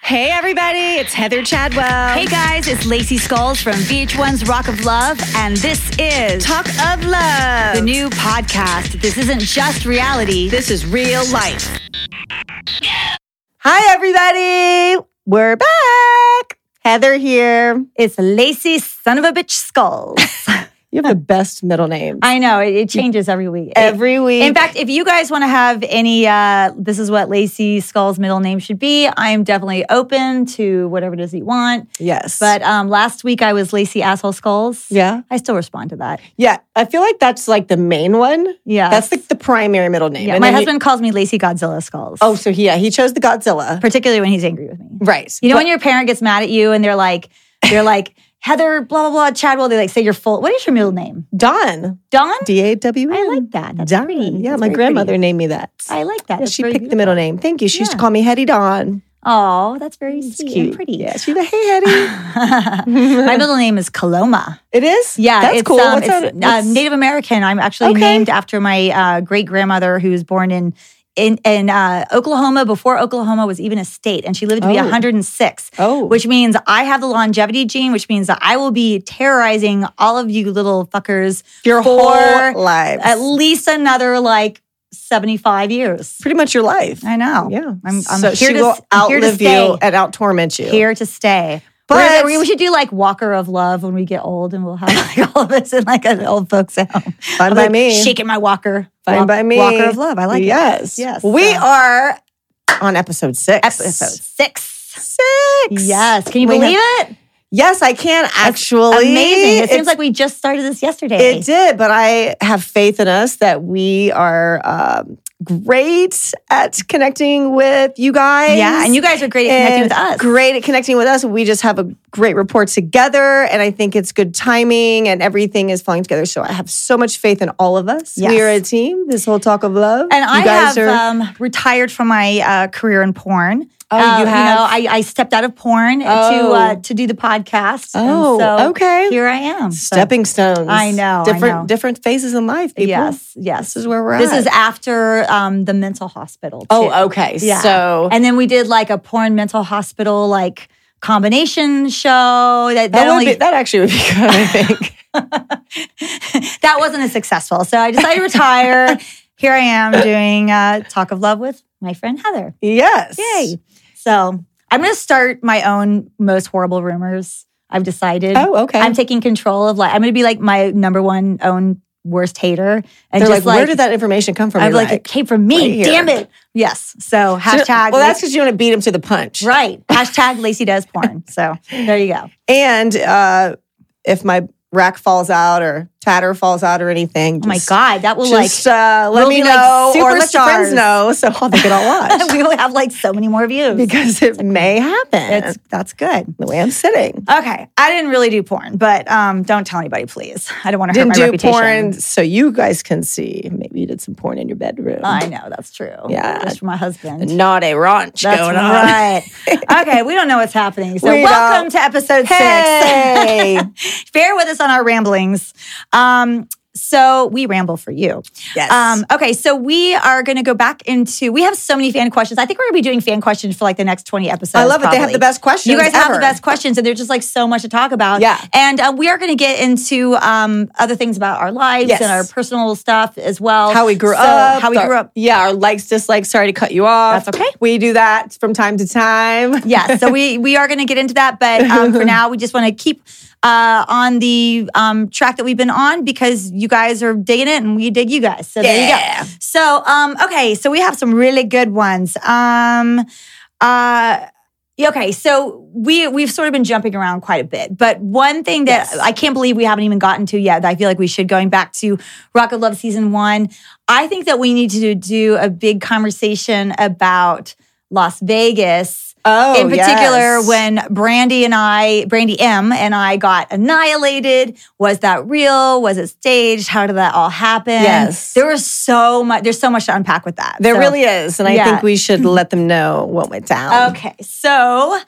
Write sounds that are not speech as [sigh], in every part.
Hey, everybody, it's Heather Chadwell. Hey guys, it's Lacey Skulls from VH1's Rock of Love, and this is Talk of Love. the new podcast. This isn't just reality. This is real life. Hi, everybody. We're back. Heather here. It's Lacey, son of a bitch, Skulls. You have the best middle name. [laughs] I know it, it changes every week. It- Every week. in fact, if you guys want to have any, uh, this is what Lacey Skull's middle name should be. I'm definitely open to whatever it is that you want. yes. But um, last week I was Lacey Asshole Skulls. yeah. I still respond to that. Yeah. I feel like that's like the main one. Yeah. That's like the primary middle name. yeah. And My then he- husband calls me Lacey Godzilla Skulls. oh, Mm. so he, yeah, he chose the Godzilla. particularly when he's angry with me. Right. You know when your parent gets mad at you and they're like, they're like, Heather, blah blah blah, Chadwell. They like say your full. What is your middle name? Dawn. Dawn. D A W N. I like that. That's Dawn. pretty. Yeah. That's my very grandmother pretty. named me that. I like that. yeah, she picked the middle name. Thank you. She used to Yeah. call me Hetty Dawn. Oh, that's very sweet and Cute. pretty. Yeah. She's like, hey, [laughs] Hetty. [laughs] My middle name is Kaloma. it is? Yeah, That's it's, cool. um, What's it's, that? uh, what's- Native American. I'm actually Okay. named after my uh, great grandmother who was born in in, in uh, Oklahoma before Oklahoma was even a state, and she lived to be Oh. 106. Oh. which means I have the longevity gene, which means that I will be terrorizing all of you little fuckers your for whole life. at least another like 75 years. Pretty much your life. I know. Yeah. I'm, I'm so here, she to, will I'm here to outlive stay. you and out torment you. Here to stay. But- We're- we should do like Walker of Love when we get old, and we'll have [laughs] like all of us in like an old folks' home. Fine I'm by like, me. shaking my Walker. Fine Walk- by me. Walker of Love. I like yes. it. Yes. We So, are on episode six. episode six. six. Yes. Can you We believe have- it? Yes, I can actually. Amazing. It It's- seems like we just started this yesterday. it did, but I have faith in us that we are um, great at connecting with you guys. Yeah, and you guys are great at connecting and with us. Great at connecting with us. We just have a great rapport together, and I think it's good timing, and everything is falling together. So I have so much faith in all of us. Yes. We are a team. This whole talk of love, And you I guys have are um, retired from my uh, career in porn. Oh, Uh, you have? know, I, I stepped out of porn to Oh. uh, to do the podcast. and Oh, so okay. Here I am. So, stepping stones. I know, I different know. different phases in life. People. Yes, yes. this is where we're This at. is after um, the mental hospital. Too. oh, okay. Yeah. So and then we did like a porn mental hospital like combination show. That that, that would only be, that actually would be good. I think. [laughs] that wasn't as successful. So I decided [laughs] to retire. Here I am doing uh, Talk of Love with my friend Heather. yes. Yay. So I'm going to start my own most horrible rumors. I've decided. Oh, okay. I'm taking control of like, I'm going to be like my number one own worst hater. And They're like, just like, where did that information come from? I'm You're like, it came from me. right here. damn it. Yes. So So- hashtag. Well, that's because you want to beat him to the punch, right. Hashtag Lacey does porn. So there you go. And uh, if my rack falls out or tatter falls out or anything, Oh my just- God. That will Just like, uh, let we'll me be like know, or let your friends superstars. know, so they [laughs] could all watch we will have like so many more views. because it may happen. it's, that's good. the way I'm sitting. Okay. I didn't really do porn, but um, don't tell anybody, please. I don't want to hurt Didn't my do reputation. porn, so you guys can see. Maybe you did some porn in your bedroom. I know that's true. Yeah. just for my husband. Not a raunch That's going on. [laughs] right. okay, we don't know what's happening. So We welcome to episode [laughs] Hey. six. Bear with us on our ramblings. Um, so we ramble for you. yes. Um, okay, so we are going to go back into. We have so many fan questions. I think we're going to be doing fan questions for like the next twenty episodes. I love it. They have probably. the best questions. You guys have the ever. best questions, and there's just like so much to talk about. Yeah. and uh, we are going to get into um, other things about our lives Yes. and our personal stuff as well. How we grew So, up. how we our- grew up. Yeah, our likes, dislikes. Sorry to cut you off. That's okay. We do that from time to time. yeah so [laughs] we we are going to get into that but um, for now we just want to keep uh, on the um, track that we've been on because you guys are digging it and we dig you guys so there Yeah. you go so um, okay so we have some really good ones um, uh, yeah, okay so we we've sort of been jumping around quite a bit but one thing that Yes. i can't believe we haven't even gotten to yet that i feel like we should going back to rock of love season one i think that we need to do a big conversation about las vegas Oh, in particular yes. when brandy and i brandy m and i got annihilated was that real was it staged how did that all happen Yes. there was so much there's so much to unpack with that there So- really is, and I Yeah. think we should let them know what went down. okay so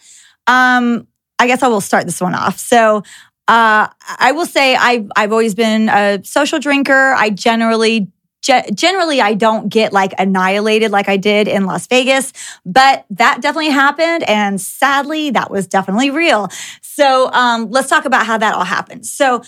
um i guess i will start this one off so uh, I will say I've I've always been a social drinker. I generally ge- generally I don't get like annihilated like I did in Las Vegas, but that definitely happened. And sadly, that was definitely real. So um, let's talk about how that all happened. So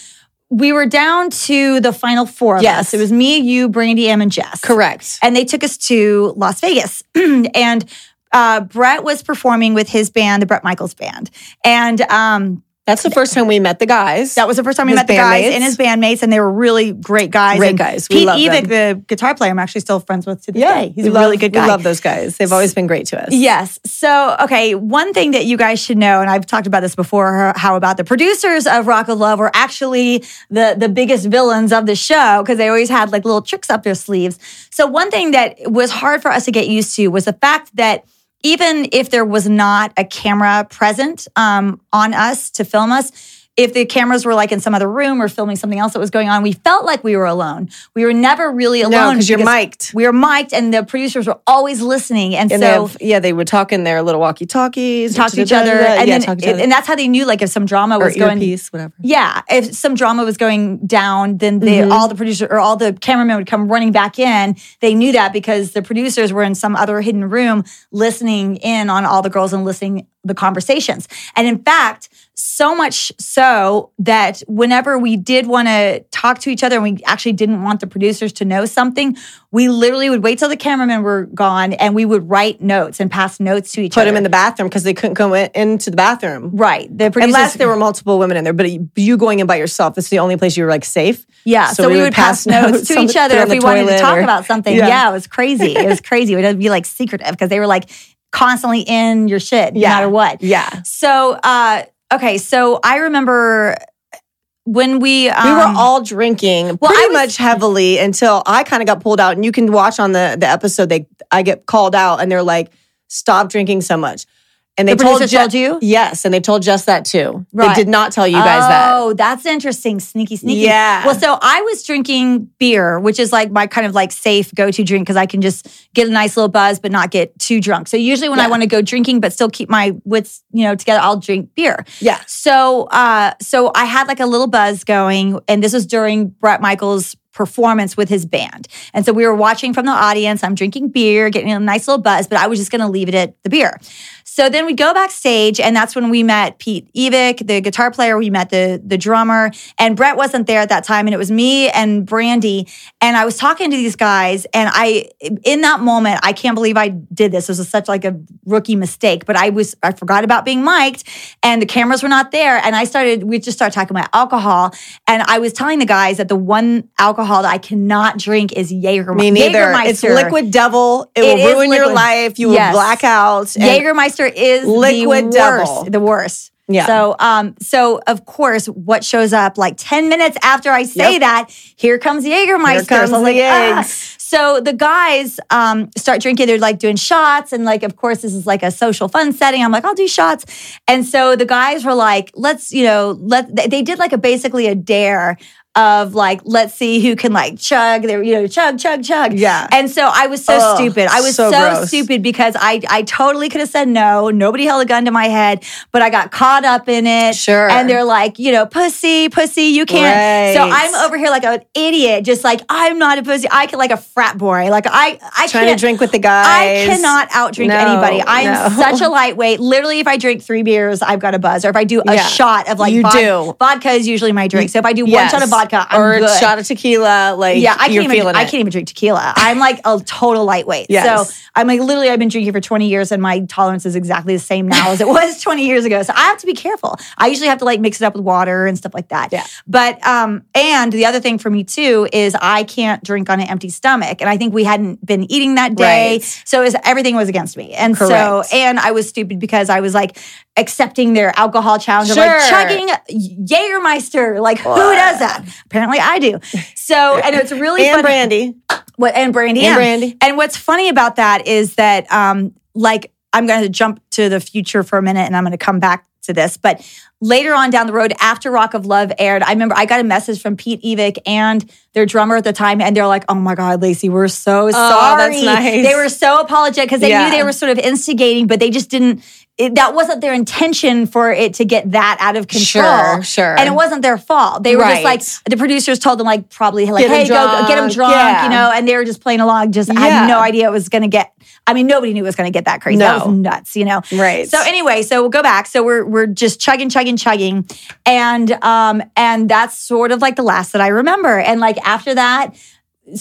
we were down to the final four of Yes. us. It was me, you, Brandy, Em, and Jess. Correct. And they took us to Las Vegas. [clears throat] and uh, Brett was performing with his band, the Brett Michaels band. And um, That's the first time we met the guys. that was the first time we His met the guys bandmates. and his bandmates, and they were really great guys. Great And guys. We Pete love Evick, the guitar player, I'm actually still friends with to this yeah, day. He's we a love- really good guy. We love those guys. They've always been great to us. Yes. So, okay, one thing that you guys should know, and I've talked about this before, how about the producers of Rock of Love were actually the the biggest villains of the show because they always had like little tricks up their sleeves. So, one thing that was hard for us to get used to was the fact that even if there was not a camera present um, on us to film us. If the cameras were like in some other room or filming something else that was going on, we felt like we were alone. We were never really alone No, because you're mic'd. we were mic'd and the producers were always listening. And, And so they have, yeah, they would talk in their little walkie talkies, talk to each other. And, yeah, then, talk to each other. and that's how they knew like if some drama or was going earpiece, whatever. Yeah. If some drama was going down, then they Mm-hmm. all the producer or all the cameramen would come running back in. They knew that because the producers were in some other hidden room listening in on all the girls and listening the conversations. And in fact, so much so that whenever we did want to talk to each other and we actually didn't want the producers to know something, we literally would wait till the cameramen were gone and we would write notes and pass notes to each Put other. them in the bathroom because they couldn't go in, into the bathroom. Right. The producers, Unless there were multiple women in there, but you going in by yourself, it's the only place you were like safe. Yeah, so, we, would pass, notes to on each the- other they're on if the we wanted to toilet talk or- about something. Yeah. Yeah. it was crazy. It was crazy. It would be like secretive because they were like constantly in your shit Yeah. no matter what. Yeah. So, uh, okay, so I remember when we um, We were all drinking Well, I pretty was- much heavily until I kind of got pulled out. And you can watch on the, the episode, they I get called out and they're like, stop drinking so much. And they The told, producer Je- told you? Yes. And they told Jess that too. Right. They did not tell you guys that. Oh, that's interesting. Sneaky, sneaky. Yeah. Well, so I was drinking beer, which is like my kind of like safe go to drink because I can just get a nice little buzz but not get too drunk. So usually when I Yeah. want to go drinking but still keep my wits, you know, together, I'll drink beer. Yeah. So, uh, so I had like a little buzz going, and this was during Brett Michaels' performance with his band. And so we were watching from the audience. I'm drinking beer, getting a nice little buzz, but I was just going to leave it at the beer. So then we go backstage, and that's when we met Pete Evick, the guitar player. We met the the drummer, and Brett wasn't there at that time, and it was me and Brandy. And I was talking to these guys, and I in that moment, I can't believe I did this. This was such like a rookie mistake, but I was I forgot about being mic'd, and the cameras were not there. And I started we just started talking about alcohol, and I was telling the guys that the one alcohol that I cannot drink is Jaeger. Me neither. It's liquid devil. It, It will is ruin your liquid. life. You Yes. will black out. and- Jaegermeister is Liquid the worst, Devil. the worst. Yeah. So, um, so of course, what shows up like ten minutes after I say Yep. that, here comes Jaegermeister. Here So I was comes the like, ah. eggs. So the guys um, start drinking. They're like doing shots, and like, of course, this is like a social fun setting. I'm like, I'll do shots. And so the guys were like, let's, you know, let. they- They did like a basically a dare of like, let's see who can like chug. They were, you know, chug, chug, chug. Yeah. And so I was so Ugh, stupid. I was so, so stupid gross. stupid because I I totally could have said no. Nobody held a gun to my head, but I got caught up in it. Sure. And they're like, you know, pussy, pussy, you can't. So Right. I'm over here like an idiot, just like I'm not a pussy. I can like a frat boy. Like I I Trying can't, to drink with the guys. I cannot outdrink No, anybody. I'm no. [laughs] such a lightweight. Literally, if I drink three beers, I've got a buzz. Or if I do a Yeah. shot of like You vod- do. vodka is usually my drink. So if I do Yes. one shot of vodka, I'm or a good. shot of tequila. Like Yeah, I you're can't even. feeling I it. can't even drink tequila. I'm like a total lightweight. Yes. So I'm like literally. I've been drinking for 20 years, and my tolerance is exactly the same now as it was [laughs] 20 years ago. So I have to be careful. I usually have to like mix it up with water and stuff like that. Yeah. But um, and the other thing for me too is I can't drink on an empty stomach, and I think we hadn't been eating that day, Right. so it was, everything was against me. And Correct. so and I was stupid because I was like accepting their alcohol challenge of like Sure. chugging Jägermeister. Like who does that? Apparently I do. So and it's really And funny. brandy. What and Brandy And M. Brandy. And what's funny about that is that um like I'm going to jump to the future for a minute and I'm going to come back to this, but later on down the road after Rock of Love aired, I remember I got a message from Pete Evick and their drummer at the time and they're like, "Oh my god, Lacey, we're so sorry." Oh, that's nice. They were so apologetic cuz they Yeah. knew they were sort of instigating, but they just didn't it, that wasn't their intention for it to get that out of control. Sure, sure. And it wasn't their fault. They were Right. just like the producers told them like probably like Get 'em hey go, go get them drunk, drunk, yeah. you know, and they were just playing along. Just I Yeah. had no idea it was going to get. I mean, nobody knew it was going to get that crazy. That No. was nuts, you know. Right. So anyway, so we'll go back. So we're we're just chugging, chugging, chugging, and um and that's sort of like the last that I remember. And like after that,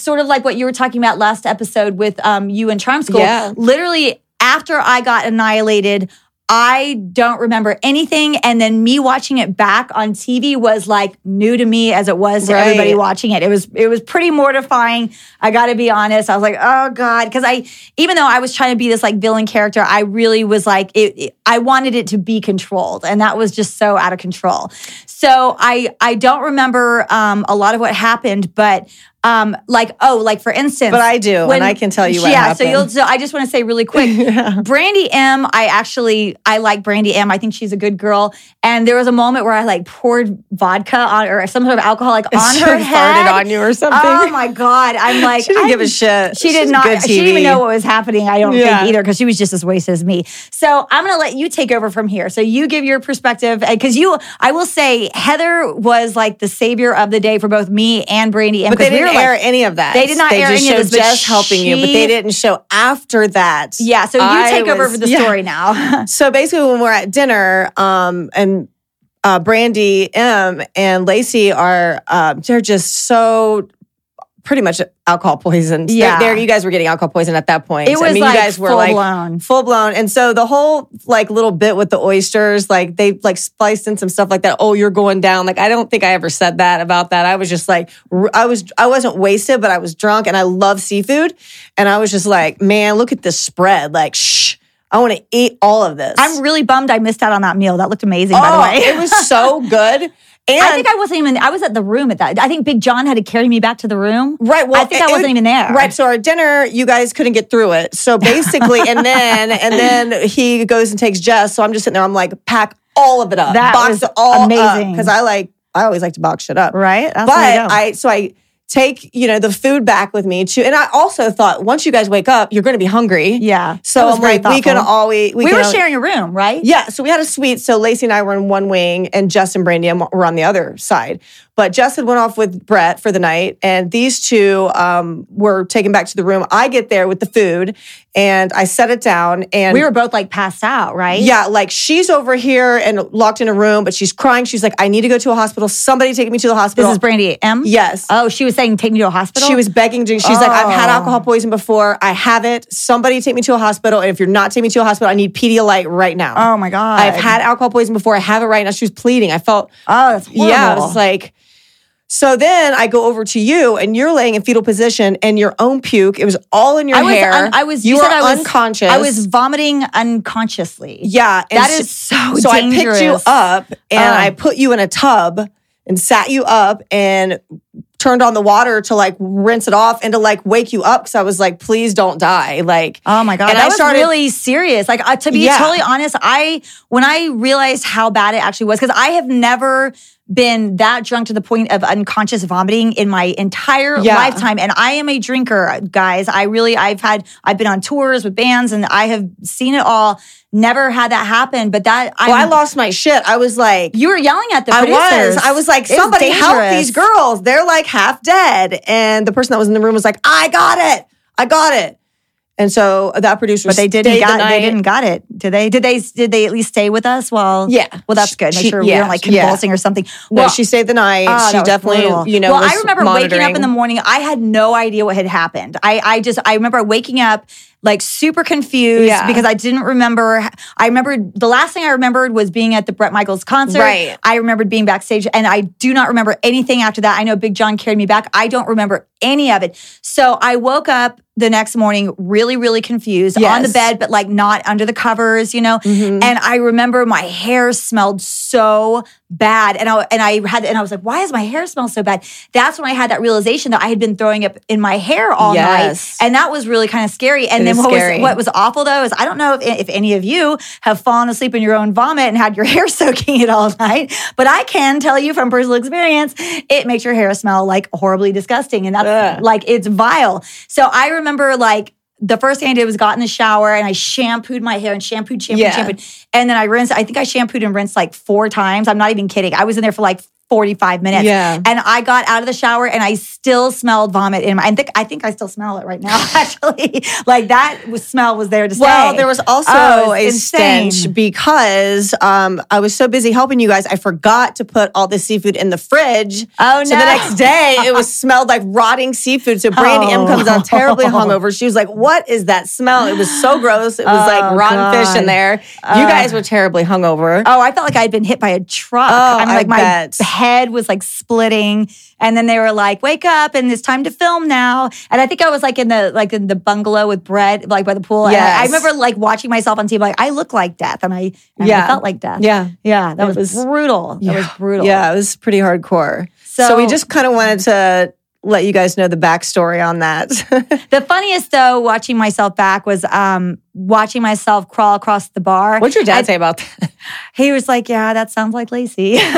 sort of like what you were talking about last episode with um you and Charm School. Yeah. Literally after I got annihilated. I don't remember anything. And then me watching it back on TV was like new to me as it was to Right. everybody watching it. It was it was pretty mortifying. I got to be honest. I was like, oh god, because I even though I was trying to be this like villain character, I really was like, it, it- I wanted it to be controlled, and that was just so out of control. So I I don't remember um, a lot of what happened, but. Um, like oh, like for instance, But I do, and I can tell you what yeah. happened. So you'll. So I just want to say [laughs] really quick, Brandy M. I actually I like Brandy M. I think she's a good girl. And there was a moment where I like poured vodka on or some sort of alcohol like on [laughs] She her farted head. on you or something. Oh my god! [laughs] I'm like She didn't I'm- give a shit. She did She's not. good She didn't TV. even know what was happening. I don't Yeah. think either because she was just as wasted as me. So I'm gonna let you take over from here. So you give your perspective because you. I will say Heather was like the savior of the day for both me and Brandy. M, But they 'cause we didn't were, like, air any of that. They did not they air just any of showed this, but Jess helping you, but she- they didn't show after that. Yeah. So you I take over was- for the yeah. story now. [laughs] So basically, when we're at dinner, um, and uh, Brandy M and Lacey are, um, they're just so pretty much alcohol poisoned. They're- Yeah. they're, you guys were getting alcohol poisoned at that point. It was I mean, like you guys were full like blown. full blown. And so the whole like little bit with the oysters, like they like spliced in some stuff like that. Oh, you're going down. Like I don't think I ever said that about that. I was just like r- I was I wasn't wasted, but I was drunk, and I love seafood, and I was just like, man, look at this spread. Like shh, I want to eat all of this. I'm really bummed I missed out on that meal. That looked amazing, by Oh, the way. it was so good. [laughs] And I think I wasn't even. I was at the room at that. I think Big John had to carry me back to the room. Right. Well, I think I it- it wasn't would- even there. Right. So our dinner, you guys couldn't get through [laughs] it. So basically, and then and then he goes and takes Jess. So I'm just sitting there. I'm like, pack all of it up. That box was it all amazing. because I like I always like to box shit up. Right? That's but the way to go. I so I take you know the food back with me too. And I also thought once you guys wake up, you're going to be hungry. Yeah. So That was I'm very like, we can thoughtful. always We can were al- sharing a room, right? yeah, so we had a suite. So Lacey and I were in one wing, and Jess and Brandy were on the other side. But Jess had went off with Brett for the night, and these two um, were taken back to the room. I get there with the food, and I set it down, and We were both like passed out, right? yeah, like she's over here and locked in a room, but she's crying. She's like, "I need to go to a hospital. Somebody take me to the This hospital." is Brandy M. yes. Oh, she was saying take me to a hospital. She was begging to. She's like, I've had alcohol poison before. I have it. Somebody take me to a hospital. And if you're not taking me to a hospital, I need Pedialyte right now. Oh my God. I've had alcohol poison before. I have it right now. She was pleading. I felt, Oh, that's horrible. yeah, I was like, so then I go over to you and you're laying in fetal position and your own puke. It was all in your I was. hair. un- I was. You, said were I was unconscious. I was vomiting unconsciously. Yeah. and That s- is so So I picked you dangerous. up and Oh. I put you in a tub and sat you up and turned on the water to like rinse it off and to like wake you up because I was like, please don't die. Like, Oh my god, And that I was started- really serious. Like uh, to be Yeah. totally honest, I when I realized how bad it actually was, because I have never been that drunk to the point of unconscious vomiting in my entire Yeah. lifetime, and I am a drinker, guys. I really, I've had, I've been on tours with bands, and I have seen it all. Never had that happen, but that well, I I'm- lost my shit. I was like, You were yelling at the I producers. was. I was like, It's somebody help dangerous. these girls. They're like half dead. And the person that was in the room was like, I got it. I got it. And so that producer, But they didn't stayed the got night. they didn't got it. Did they? Did they? Did they at least stay with us? Well, Yeah. Well, that's good. Make She- sure we yeah, don't like yeah. convulsing or something. No, well, she stayed the night. Oh, that she was definitely, brutal. you know. Well, was I remember waking up in the monitoring. morning. I had no idea what had happened. I, I just, I remember waking up like super confused Yeah. because I didn't remember. I remember the last thing I remembered was being at the Brett Michaels concert. Right. I remembered being backstage, and I do not remember anything after that. I know Big John carried me back. I don't remember any of it. So I woke up the next morning really, really confused on the Yes. Mm-hmm. bed, but like not under the covers, you know. And I remember my hair smelled so bad, and I and I had and I was like, why does my hair smell so bad? That's when I had that realization that I had been throwing up in my hair all Yes. night, and that was really kind of scary. And It then is what scary. was what was awful though is I don't know if, if any of you have fallen asleep in your own vomit and had your [laughs] hair soaking it all night, but I can tell you from personal experience, it makes your hair smell like horribly disgusting, and that's Ugh. like it's vile. So I remember like the first thing I did was got in the shower and I shampooed my hair and shampooed, shampooed, Yeah. shampooed. And then I rinsed, I think I shampooed and rinsed like four times. I'm not even kidding. I was in there for like 45 minutes. Yeah. And I got out of the shower and I still smelled vomit in my, I think, I think I still smell it right now, [laughs] actually. like that was, smell was there to Well, stay. there was also Oh, a it's insane. stench because um, I was so busy helping you guys, I forgot to put all the seafood in the fridge. Oh, So the no. next day, it was smelled like rotting seafood. So Brandy M Oh. comes out [laughs] terribly hungover. She was like, "What is that smell?" It was so gross. It was like Oh, rotten fish in God. there. you guys were terribly hungover. Oh, I felt like I'd been hit by a truck. Oh, I'm like I my bet. head was like splitting, and then they were like, "Wake up!" and it's time to film now. And I think I was like in the like in the bungalow with Brett, like by the pool. And I, I Yes. remember like watching myself on TV, like I look like death, and I and Yeah. I felt like death. yeah, yeah, that was, was- brutal. That was brutal. yeah, it was pretty hardcore. So, So, we just kind of wanted to let you guys know the backstory on that. [laughs] the funniest though watching myself back was um watching myself crawl across the bar. What'd your dad say about [laughs] that? He was like, "Yeah, that sounds like Lacey." [laughs]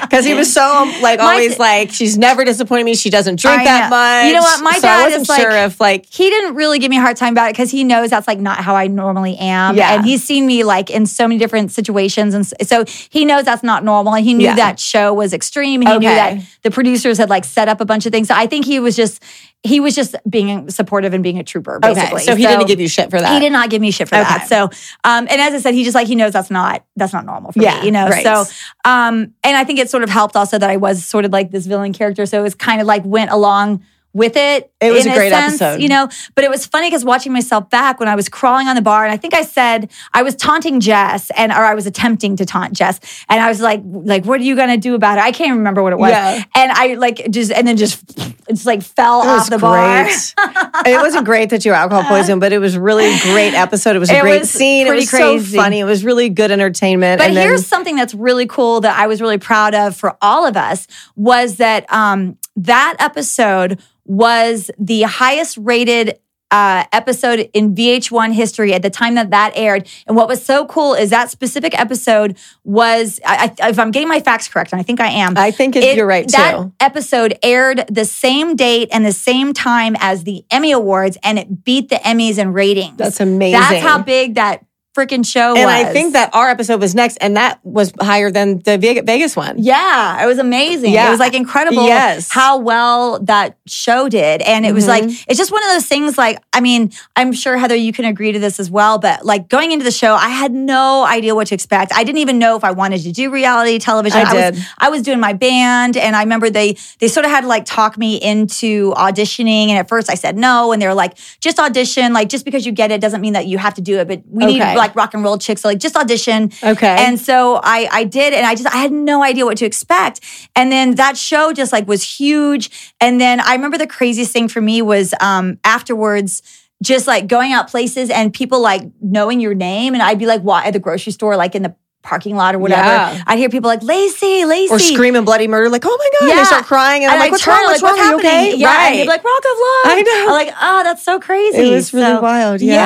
Because he was so like My- always like she's never disappointed me. She doesn't drink I that know. much. You know what? My so I dad wasn't is, like- sure if like he didn't really give me a hard time about it because he knows that's like not how I normally am. Yeah. And he's seen me like in so many different situations. And s- so he knows that's not normal. And he knew Yeah. that show was extreme. And he knew Okay. that the producers had like set up a bunch of things. So I think he was just, he was just being supportive and being a trooper, basically. okay. So he didn't give you shit for that. He did not give me shit for Okay. that. So, um, and as I said, he just like he knows that's not that's not normal for Yeah, me, you know. right. So, um, and I think it sort of helped also that I was sort of like this villain character, so it was kind of like went along with it. It was in a great sense, episode. you know. But it was funny because watching myself back when I was crawling on the bar, and I think I said I was taunting Jess, and or I was attempting to taunt Jess, and I was like, like, what are you gonna do about it? I can't even remember what it was, Yeah. and I like just and then just it's like fell It off was the great. bar. [laughs] it wasn't great that you were alcohol poisoned, but it was really a great episode. It was a It great was scene. It pretty was crazy. so funny. It was really good entertainment. But and then- here's something that's really cool that I was really proud of for all of us was that um, that episode was the highest rated. Uh, episode in VH1 history at the time that that aired, and what was so cool is that specific episode was, I, I, if I'm getting my facts correct, and I think I am, I think it, you're right that too. episode aired the same date and the same time as the Emmy Awards, and it beat the Emmys in ratings. That's amazing. That's how big that freaking show and was. I think that our episode was next, and that was higher than the Ve- Vegas one. Yeah, it was amazing. Yeah. It was like incredible Yes. Mm-hmm. how well that show did. And it was like, it's just one of those things like, I mean, I'm sure Heather, you can agree to this as well, but like going into the show, I had no idea what to expect. I didn't even know if I wanted to do reality television. I did. was I was doing my band and I remember they they sort of had to like talk me into auditioning. And at first I said no. And they were like, just audition. Like just because you get it doesn't mean that you have to do it. But we Okay. need like rock and roll chicks. So like just audition. Okay. And so I I did, and I just I had no idea what to expect. And then that show just like was huge. And then I remember the craziest thing for me was um afterwards. Just like going out places and people like knowing your name, and I'd be like, "Why at the grocery store, like in the parking lot or whatever?" Yeah. I'd hear people like, "Lacey, Lacey," Or screaming bloody murder, like, oh my God. And they Yeah. start crying. And, I'm like, I'd what's turn, wrong? What's like, wrong? Are you okay? Yeah, right. and they'd be like, "Rock of Love." I know. I'm like, "Oh, that's so crazy." it was really So- wild. Yeah.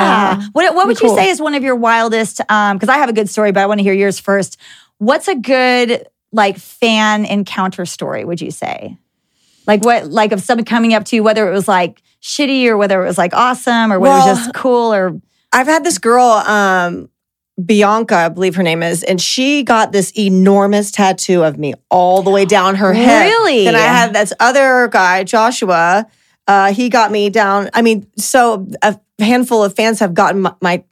yeah. What what would Cool. you say is one of your wildest um because I have a good story but I want to hear yours first. What's a good like fan encounter story would you say? Like what like of someone coming up to you whether it was like shitty or whether it was like awesome or whether it Well- was just cool or I've had this girl, um, Bianca, I believe her name is, and she got this enormous tattoo of me all the way down her head. Really? Then I had this other guy, Joshua. Uh, he got me down. I mean, so a handful of fans have gotten my, my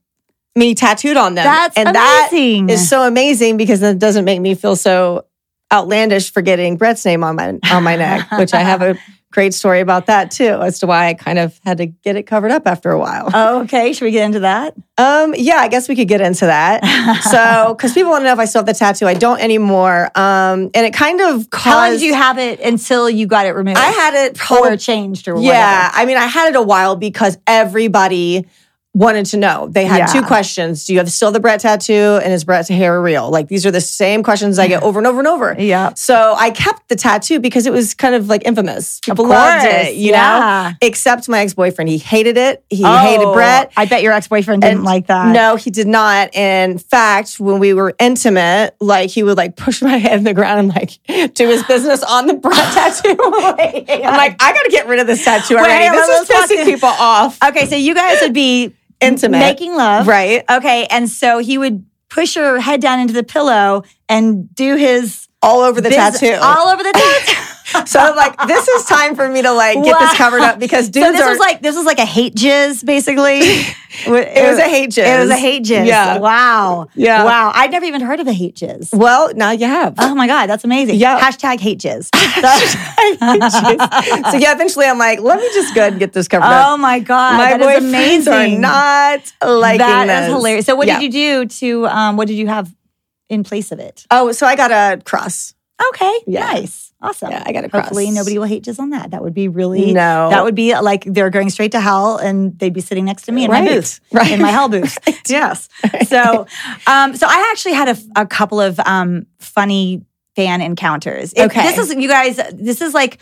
me tattooed on them. that's and that amazing. is so amazing because that doesn't make me feel so outlandish for getting Brett's name on my on my neck, which I [laughs] have a great story about that too, as to why I kind of had to get it covered up after a while. oh, [laughs] okay, should we get into that? Um, yeah, I guess we could get [laughs] into that. So, because people want to know if I still have the tattoo, I don't anymore. Um, and it kind of caused. How long did you have it until you got it removed? I had it. or Probably, changed or whatever. yeah, I mean, I had it a while because everybody wanted to know. They had Yeah. two questions. Do you have still the Brett tattoo and is Brett's hair real? Like these are the same questions I get over and over and over. Yep. So I kept the tattoo because it was kind of like infamous. People loved it, course, you yeah. know? Except my ex-boyfriend. He hated it. He Oh, hated Brett. I bet your ex boyfriend didn't And like that. No, he did not. In fact, when we were intimate, like he would like push my [laughs] head in the ground and like do his business [laughs] on the bra tattoo. [laughs] I'm like, I gotta get rid of this tattoo already. hang on, this let's is talk pissing to- people off. Okay, so you guys would be [gasps] Intimate. making love, right. Okay, and so he would push her head down into the pillow and do his All over the biz- tattoo. all [laughs] over the tattoo. so I'm [laughs] like, this is time for me to like get Wow. this covered up because dudes so this are was like this was like a hate jizz, basically. it [laughs] it was a hate jizz. It was a hate jizz. Yeah. Wow. Yeah. Wow. I'd never even heard of a hate jizz. Well, now you [laughs] have. Oh my god, that's amazing. Yeah. Hashtag hate [laughs] jizz. so yeah, eventually I'm like, let me just go ahead and get this covered up. [laughs] oh my god, my that is boyfriends amazing. are not liking that is this. hilarious. So what Yeah. did you do to? Um, what did you have in place of it? Oh, so I got a cross. Okay, Yeah. nice, awesome. Yeah, I got a cross. Hopefully, nobody will hate jizz on that. That would be really No. That would be like they're going straight to hell, and they'd be sitting next to me in Right. my booth, [laughs] Right. in my hell booth. Yes. So, um, so I actually had a, f- a couple of um, funny fan encounters. It- Okay. this is you guys. This is like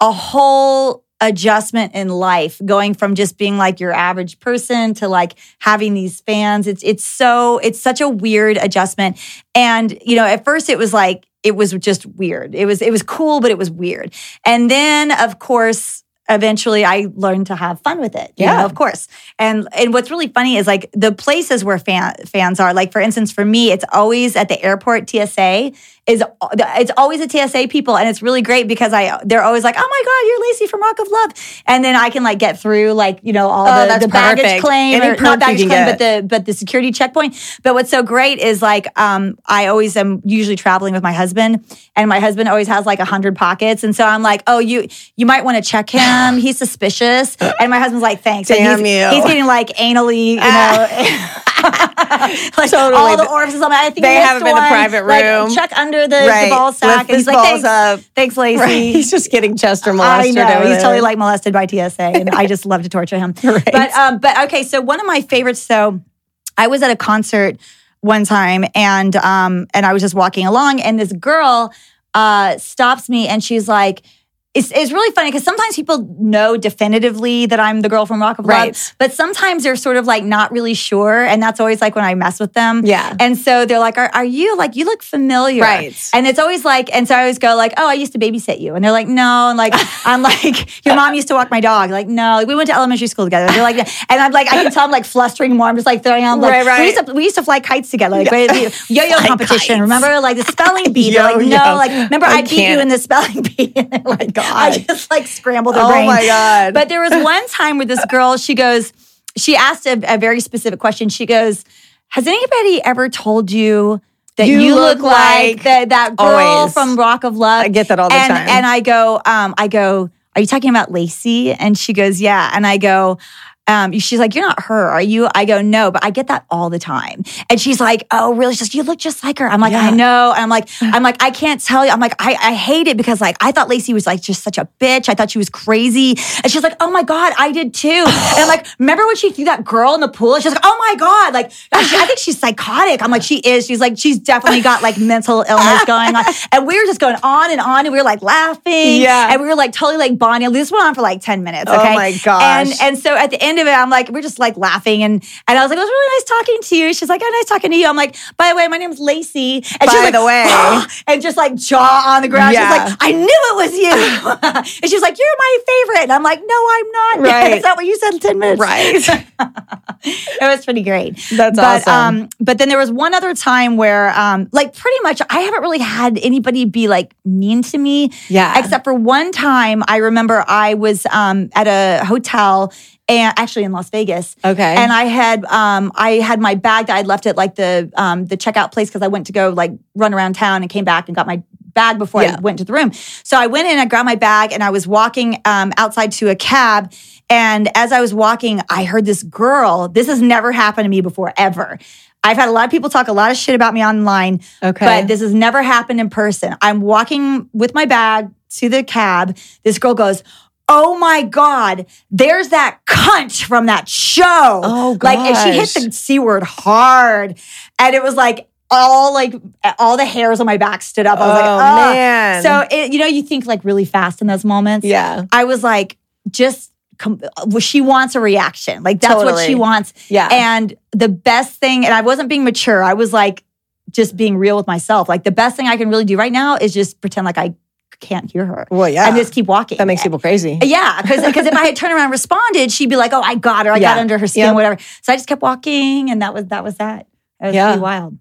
a whole adjustment in life going from just being like your average person to like having these fans it's it's so it's such a weird adjustment and you know at first it was like it was just weird it was it was cool but it was weird and then of course eventually i learned to have fun with it you Yeah. know, of course and and what's really funny is like the places where fan, fans are like for instance for me it's always at the airport tsa is it's always a TSA people, and it's really great because I they're always like, "Oh my God, you're Lacey from Rock of Love," and then I can like get through like you know all Oh, the, that's the baggage perfect. claim, Any or, perk not you baggage can claim, get. but the but the security checkpoint. But what's so great is like um, I always am usually traveling with my husband, and my husband always has like a hundred pockets, and so I'm like, "Oh, you you might want to check him. He's suspicious," and my husband's like, "Thanks." And Damn he's, you. Ah. he's getting like anally, you know. [laughs] like Totally. all the orifices. I'm like, I think They I missed have him in the one. private Like, room. check under the, Right. the ball sack. Lift and he's his like, balls thanks, [laughs] up. thanks, Lacey. He's just getting Chester molested. I know over he's there. [laughs] totally like molested by TSA, and I just love to torture him. Right. But um, but okay, so one of my favorites. So I was at a concert one time, and um, and I was just walking along, and this girl uh stops me, and she's like. It's, it's really funny because sometimes people know definitively that I'm the girl from Rock of Right. Love, but sometimes they're sort of like not really sure, and that's always like when I mess with them. Yeah. and so they're like, "Are, are you like you look familiar?" Right. And it's always like, and so I always go like, oh, I used to babysit you. And they're like, no. And [laughs] like, I'm like, your mom used to walk my dog. Like, no. Like, we went to elementary school together. They're like, and I'm like, I can tell I'm like flustering more. I'm just like throwing out like, Right, right. We, used to, we used to fly kites together. Like, yo yo competition. kites. Remember, like the spelling bee. They're like, Yo-yo. no. Like, remember, I I, beat you can't. in the spelling bee. [laughs] And they're like, God. I just like [laughs] scrambled their Oh brain. my God. But there was one time where this girl, she goes, she asked a, a very specific question. She goes, has anybody ever told you that you, You look, look like, like- that that girl Always. from Rock of Love? I get that all the and, time. And I go, um, I go, are you talking about Lacey? And she goes, yeah. And I go, um, she's like, you're not her, are you? I go, no, but I get that all the time. And she's like, oh, really? She's like, you look just like her. I'm like, Yeah. I know. And I'm [laughs] like, I'm like, I can't tell you. I'm like, I, I hate it because like I thought Lacey was like just such a bitch. I thought she was crazy. And she's like, oh my god, I did too. [sighs] And I'm like, remember when she threw that girl in the pool? She's like, oh my god, like [laughs] I think she's psychotic. I'm like, she is. She's like, she's definitely got like mental illness going [laughs] on. And we were just going on and on, and we were like laughing. Yeah. And we were like totally like bonding. This went on for like ten minutes. Oh Okay. my gosh. And and so at the end of it, I'm like, we're just like laughing, and and I was like, it was really nice talking to you. She's like, oh, nice talking to you. I'm like, by the way, my name's Lacey. And she's By like, the way. [gasps] and just like jaw on the ground. Yeah. She's like, I knew it was [laughs] you. and she's like, you're my favorite. And I'm like, no, I'm not. [laughs] Right. Is that what you said in ten minutes? [laughs] [laughs] right. it was pretty great. [laughs] That's but, awesome. Um, but then there was one other time where, um, like, pretty much, I haven't really had anybody be like mean to me. Yeah. Except for one time, I remember I was um, at a hotel, and actually in Las Vegas. Okay. And I had um, I had my bag that I'd left at like the um, the checkout place because I went to go like run around town and came back and got my bag before Yeah. I went to the room. So I went in, I grabbed my bag, and I was walking um, outside to a cab. And as I was walking, I heard this girl. This has never happened to me before, ever. I've had a lot of people talk a lot of shit about me online, Okay. but this has never happened in person. I'm walking with my bag to the cab. This girl goes, oh my God, there's that cunt from that show. Oh, Like, and she hit gosh. the C word hard. And it was like, all like all the hairs on my back stood up. I was Oh, like, oh man. So it, you know, you think like really fast in those moments. yeah, I was like, just com- well, she wants a reaction. Like that's what Totally. she wants. yeah. And the best thing, and I wasn't being mature. I was like just being real with myself. Like the best thing I can really do right now is just pretend like I can't hear her well, yeah. and just keep walking. that makes people crazy. [laughs] Yeah, because if I had turned around and responded, she'd be like, "Oh, I got her. I got Yeah. under her skin, Yep. whatever." So I just kept walking, and that was that was that. It was Yeah. pretty wild.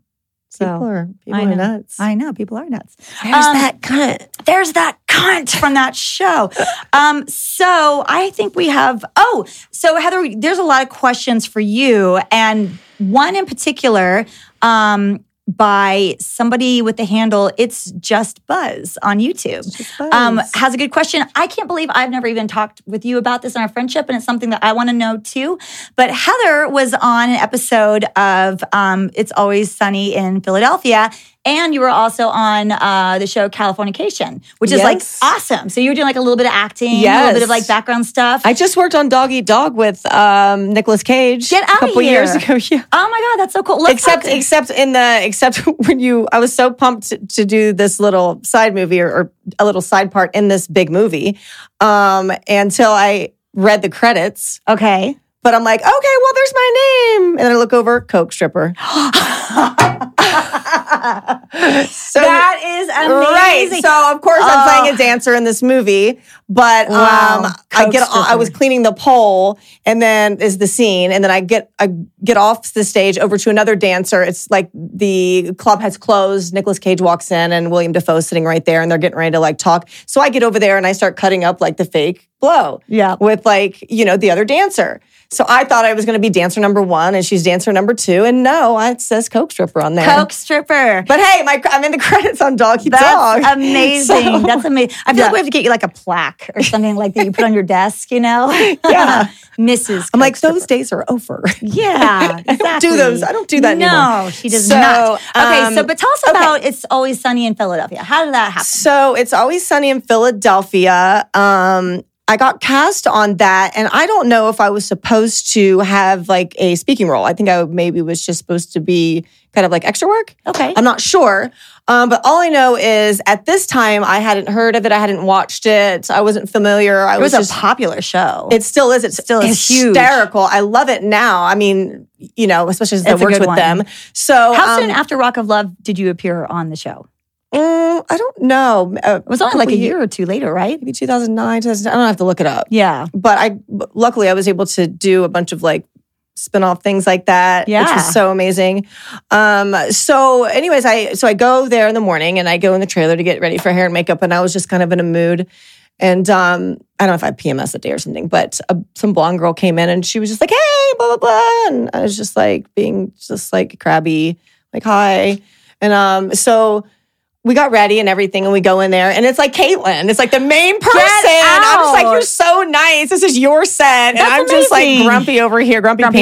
So people are, people I are know. nuts. I know people are nuts. There's Um, that cunt. There's that cunt from that show. Um, so I think we have. Oh, so Heather, there's a lot of questions for you, and one in particular um, by somebody with the handle "It's Just Buzz" on YouTube. Um, Buzz. has a good question. I can't believe I've never even talked with you about this in our friendship, and it's something that I want to know too. But Heather was on an episode of um, "It's Always Sunny in Philadelphia," and you were also on uh, the show "Californication," which is Yes. like awesome. So you were doing like a little bit of acting, a Yes. little bit of like background stuff. I just worked on Dog Eat Dog with um, Nicolas Cage Get out a of couple here. years ago. [laughs] Yeah. oh my god, that's so cool. Let's except talk- except in the except [laughs] when you I was so pumped to, to do this little side movie or, or a little side part in this big movie um until I read the credits okay. but I'm like okay well there's my name and then I look over coke stripper [laughs] so that is amazing. Right. So of course I'm Oh. playing a dancer in this movie, but Wow. um, I Coke get I was stripper. cleaning the pole, and then is the scene, and then I get I get off the stage over to another dancer. It's like the club has closed. Nicolas Cage walks in, and William Defoe's sitting right there, and they're getting ready to like talk. So I get over there and I start cutting up like the fake blow Yeah. with like you know the other dancer. So I thought I was going to be dancer number one, and she's dancer number two, and no, I- it says Coke stripper on there. Coke stripper. But hey, my I'm in the [laughs] credits on Doggy That's Dog. [laughs] amazing. So- That's amazing. I feel Yeah. like we have to get you like a plaque or something like that you put on your desk, you know? [laughs] Yeah. Mrs. I'm like, those days are over. yeah, exactly. do those. [laughs] I don't do that no, anymore. she does So, not. Okay, so um, but tell us about It's Always Sunny in Philadelphia. How did that happen? so it's always sunny in Philadelphia. Um, I got cast on that, and I don't know if I was supposed to have like a speaking role. I think I maybe was just supposed to be kind of like extra work. Okay. I'm not sure. Um, but all I know is at this time I hadn't heard of it. I hadn't watched it. I wasn't familiar. I it was, just a popular show. It still is. It's still is huge. hysterical. I love it now. I mean, you know, especially since I It's a worked good with one. them. So How um, soon after Rock of Love did you appear on the show? mm, I don't know. Uh, It was only like a year or two later, right? maybe 2009, 2010. I don't have to look it up. [laughs] Yeah. But I luckily I was able to do a bunch of like spin-off things like that which Yeah. was so amazing um so anyways i so i go there in the morning and i go in the trailer to get ready for hair and makeup and i was just kind of in a mood and um i don't know if i had pms that day or something but a, some blonde girl came in and she was just like hey blah blah blah and i was just like being just like crabby like hi and um so we got ready and everything, and we go in there, and it's like Caitlyn. It's like the main person. I'm just like, out. you're so nice. This is your set, and That's I'm just like amazing. grumpy over here, grumpy, Grumpy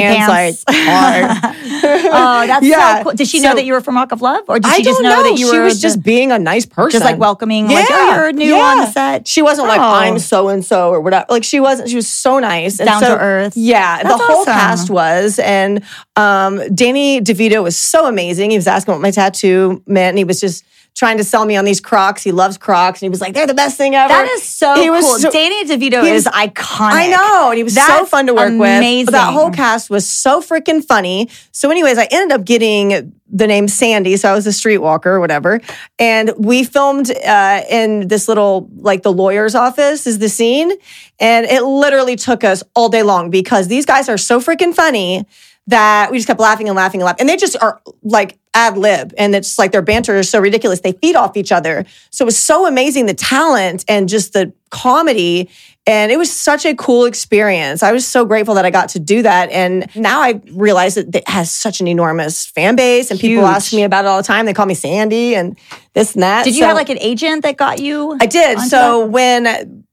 pants. pants, like [laughs] hard. oh, that's so Yeah. cool. Did she know So- that you were from Rock of Love? Or did she I just don't know. that you she were was the- just being a nice person, just like welcoming, like, oh, Yeah. you're new Yeah. on the set. She wasn't like Oh. I'm so and so or whatever. Like she wasn't. She was so nice, and Down so- to earth. Yeah, That's the whole awesome. cast was, and um, Danny DeVito was so amazing. He was asking what my tattoo meant, and he was just trying to sell me on these Crocs. He loves Crocs, and he was like, "They're the best thing ever." That is so He was cool. so- Danny DeVito he is was- iconic. I know, and he was so That's fun to work amazing. with. But That whole cast was so freaking funny. So, anyways, I ended up getting the name Sandy, so I was a streetwalker or whatever. And we filmed uh, in this little, like, the lawyer's office is the scene, and it literally took us all day long because these guys are so freaking funny that we just kept laughing and laughing and laughing. And they just are like ad lib. And it's like their banter is so ridiculous. They feed off each other. So it was so amazing the talent and just the comedy. And it was such a cool experience. I was so grateful that I got to do that. And now I realize that it has such an enormous fan base. And people Huge. ask me about it all the time. They call me Sandy and this and that. Did you So- have like an agent that got you? I did. onto So when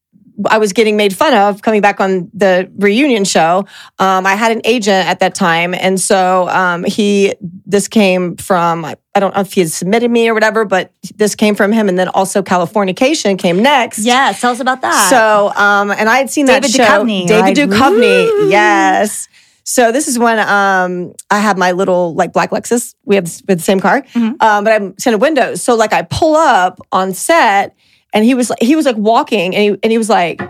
I was getting made fun of coming back on the reunion show. Um, I had an agent at that time, and so um, he. This came from I I don't know if he had submitted me or whatever, but this came from him, and then also Californication came next. Yes, tell us about that. So, um, and I had seen that David show. Duchovny, right? David Duchovny, Woo! yes. So this is when um, I have my little like black Lexus. We have with the same car, Mhm. um, but I'm tinted windows. So like I pull up on set, and he was like he was like walking, and he, and he was like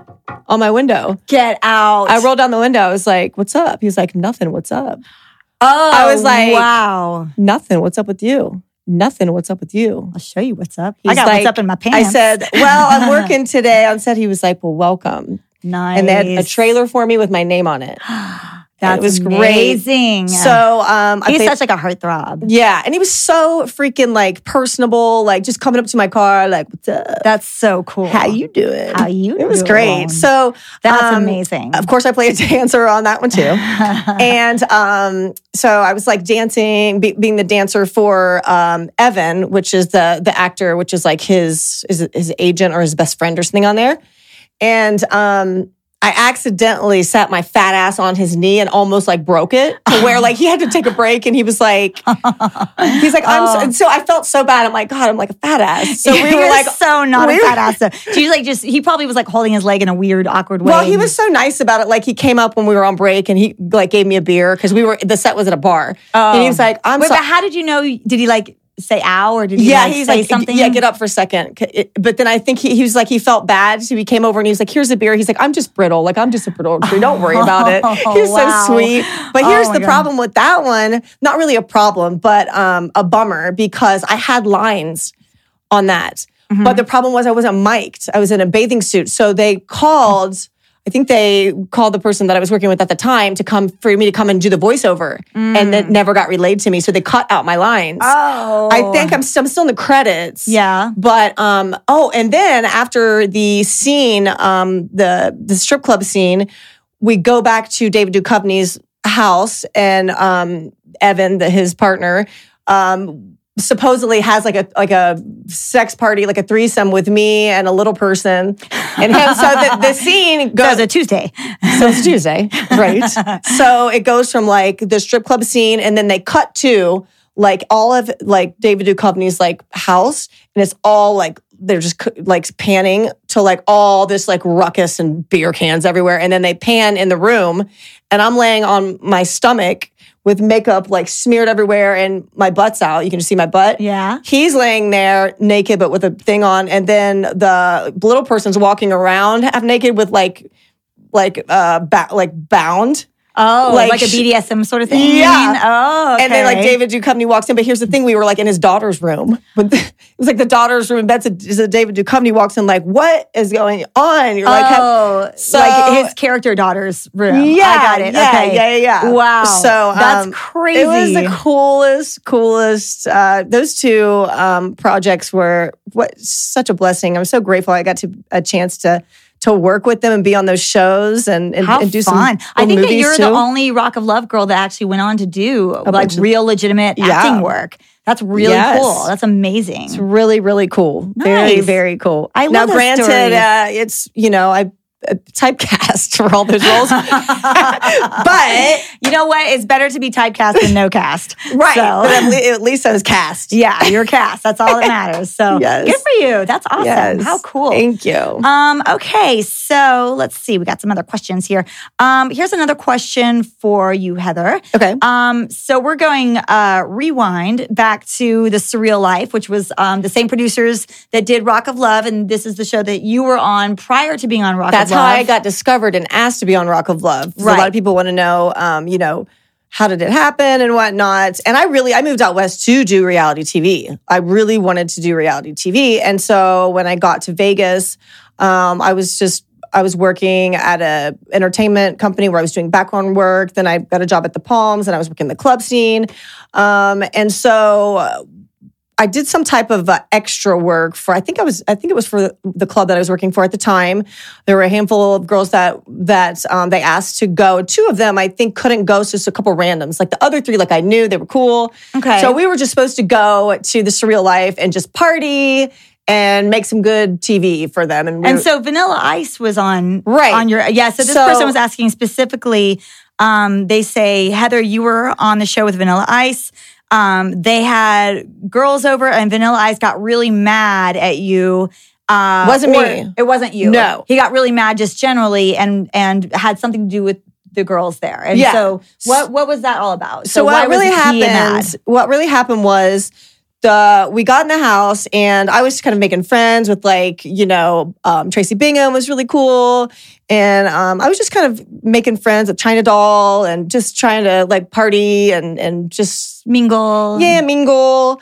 on my window. get out. I rolled down the window. I was like, "What's up?" He was like, "Nothing. What's up? Oh, I was like- wow. Nothing. What's up with you? Nothing. What's up with you?" I'll show you what's up. I He's got like- what's up in my pants. I said, "Well, [laughs] I'm working today." On set, he was like, "Well, welcome." nice. And they had a [gasps] trailer for me with my name on it. That was was great. amazing. So um, I he's think- such like a heartthrob. yeah, and he was so freaking like personable, like just coming up to my car, like what's up? That's so cool. How you doing? How you? it was doing? great. So that's um, amazing. Of course, I played [laughs] a dancer on that one [laughs] too. Uh-huh. and um, so I was like dancing, be, being the dancer for um, Evan, which is the the actor, which is like his is it his agent or his best friend or something on there. And um, I accidentally sat my fat ass on his knee and almost like broke it [laughs] to where like he had to take a break and he was like, he's like, I'm so, Oh. and so I felt so bad. I'm like, God, I'm like a fat ass. [laughs] So we were You're like so not we a were- fat ass. though. She's like just he probably was like holding his leg in a weird, awkward way. Well, he was so nice about it. Like he came up when we were on break and he like gave me a beer because we were the set was at a bar. And he was like, "I'm Oh. Wait, sorry." but how did you know? Did he like say ow or did he yeah, like, he's say like, something? yeah, get up for a second. C- it- But then I think he, he was like, he felt bad. So he came over and he was like, here's a beer. He's like, I'm just brittle. Like, I'm just [laughs] a brittle tree. Don't worry about it. Oh, He was wow. so sweet. But Oh, here's my the God. problem with that one. Not really a problem, but um, a bummer because I had lines on that. Mm-hmm. But the problem was I wasn't mic'd. I was in a bathing suit. So they called, I think they called the person that I was working with at the time to come for me to come and do the voiceover. And Mm. that never got relayed to me. So they cut out my lines. Oh, I think I'm, st- I'm still in the credits. Yeah. But um oh, and then after the scene, um the the strip club scene, we go back to David Duchovny's house, and um Evan, the, his partner, um supposedly has like a like a sex party, like a threesome with me and a little person, and him. so the, [laughs] the scene That goes was a Tuesday. [laughs] [laughs] so it's Tuesday, right? [laughs] so it goes from like the strip club scene, and then they cut to like all of like David Duchovny's like house, and it's all like they're just c- like panning to like all this like ruckus and beer cans everywhere, and then they pan in the room, and I'm laying on my stomach with makeup like smeared everywhere, and my butt's out. You can just see my butt. Yeah. He's laying there naked, but with a thing on, and then the little person's walking around half naked with like, like, uh, ba- like bound. Oh, like, Like a sh- BDSM sort of thing. Yeah. Oh, And then like okay. David Duchovny walks in, but here's the thing: we were like in his daughter's room. But [laughs] it was like the daughter's room. That's a, so David Duchovny walks in, like, what is going on? You're like, have- oh, so- like his character daughter's room. yeah, I got it. Yeah, okay. yeah, yeah, yeah. Wow. So that's um, crazy. It was the coolest, coolest. Uh, those two um, projects were what such a blessing. I'm so grateful I got to a chance to to work with them and be on those shows and and, How and do fun! some. I cool think that movies, you're the too. only Rock of Love girl that actually went on to do like bunch of- real, legitimate Yeah. acting work. That's really Yes. cool. That's amazing. It's really, really cool. Very, Nice. very cool. I now, love those granted, stories. Uh, it's you know I uh, typecast [laughs] for all those [laughs] roles, but you know what? It's better to be typecast than no [laughs] cast. right. So- But at, le- at least I was cast. Yeah, you're cast. That's all [laughs] that matters. So Yes. good for you. That's awesome. Yes. How cool. Thank you. Um, okay, so let's see. We got some other questions here. Um, here's another question for you, Heather. Okay. Um, so we're going uh, rewind back to the Surreal Life, which was um, the same producers that did Rock of Love, and this is the show that you were on prior to being on Rock That's of how Love. I got discovered and asked to be on Rock of Love. 'Cause A Right. lot of people want to know, um, you know, how did it happen and whatnot. And I really, I moved out west to do reality TV. I really wanted to do reality TV. And so when I got to Vegas, um, I was just, I was working at a entertainment company where I was doing background work. Then I got a job at the Palms and I was working the club scene. Um, and so uh, I did some type of uh, extra work for I think I was I think it was for the club that I was working for at the time. There were a handful of girls that that um, they asked to go. Two of them I think couldn't go, so just a couple randoms. Like the other three, like I knew they were cool. Okay. So we were just supposed to go to the surreal life and just party and make some good TV for them. And, we And were- so Vanilla Ice was on Right. on your yeah. So this So- person was asking specifically. Um, they say Heather, you were on the show with Vanilla Ice. Um, they had girls over, and Vanilla Ice got really mad at you. Uh, Wasn't or- me. It wasn't you. No. he got really mad just generally, and and had something to do with the girls there. And Yeah. so what what was that all about? so why what really was he mad? happened what really happened was the we got in the house and i was kind of making friends with like you know um, tracy bingham was really cool and um, i was just kind of making friends with china doll and just trying to like party and and just Mingle. yeah mingle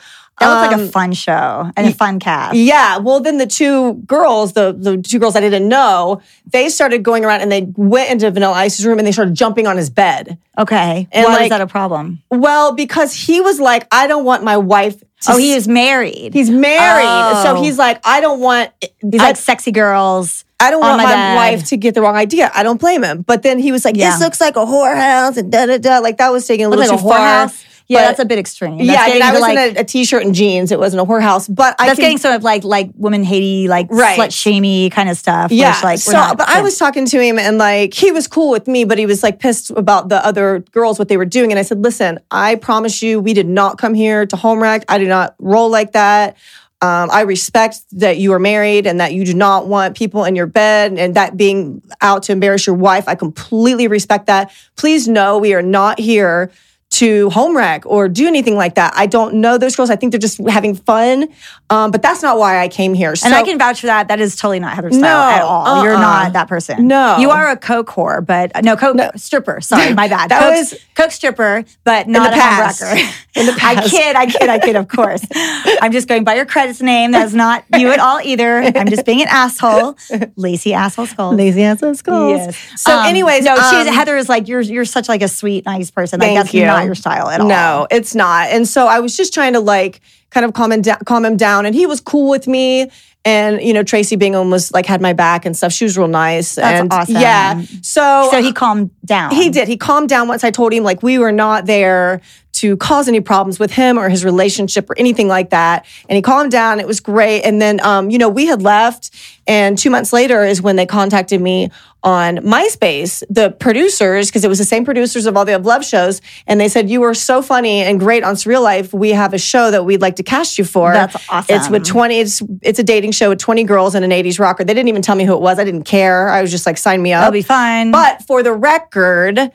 Um, that looked like Um, a fun show and a fun cast. yeah. Well, then the two girls, the, the two girls I didn't know, they started going around and they went into Vanilla Ice's room and they started jumping on his bed. Okay, And why like- is that a problem? Well, because he was like, I don't want my wife to Oh, he is married. He's married. So Oh. he's like, I don't want He's I- like sexy girls. I don't want my my, bad. wife to get the wrong idea. I don't blame him. But then he was like, Yeah. This looks like a whorehouse and da da da. Like that was taking a little Looks like too a far. whorehouse. Yeah, But- that's a bit extreme. That's yeah, I mean, getting I to, was like, in a, a t-shirt and jeans. It wasn't a whorehouse, but I that's can, getting sort of like like women Haiti like Right. slut shamey kind of stuff. yeah. which, like we're so, not but I doing. was talking to him, and like he was cool with me, but he was like pissed about the other girls what they were doing. And I said, "Listen, I promise you, we did not come here to home wreck. I do not roll like that. Um, I respect that you are married and that you do not want people in your bed and that being out to embarrass your wife. I completely respect that. Please know we are not here." To home wreck or do anything like that. I don't know those girls. I think they're just having fun, um, but that's not why I came here. and so, I can vouch for that. That is totally not Heather's No, style at all. You're uh-uh. not that person. No. you are a coke whore, but no coke stripper. Sorry, my bad. [laughs] That coke, was- coke stripper, but not the a past. homewrecker. In [laughs] the I past. kid, I kid, I kid. Of course, [laughs] I'm just going by your credits name. That's not you at all either. I'm just being an asshole, lazy asshole skull. lazy ass schools. So, Um, anyways, no, um, she's, Heather is like you're. You're such like a sweet, nice person. Like Thank that's you. not your style at all. No, it's not. And so I was just trying to like kind of calm him down, calm him down, and he was cool with me. And you know, Tracy Bingham was like had my back and stuff. She was real nice. That's and awesome. Yeah. So, So he calmed down. he did. He calmed down once I told him like we were not there to cause any problems with him or his relationship or anything like that. And he calmed down. It was great. And then um, you know, we had left and 2 months later is when they contacted me on MySpace, the producers because it was the same producers of all the love shows and they said you were so funny and great on Surreal Life. We have a show that we'd like to cast you for. That's awesome. It's with 20 it's it's a dating show with 20 girls and an 80s rocker. They didn't even tell me who it was. I didn't care. I was just like sign me up. That'll be fine. But for the record,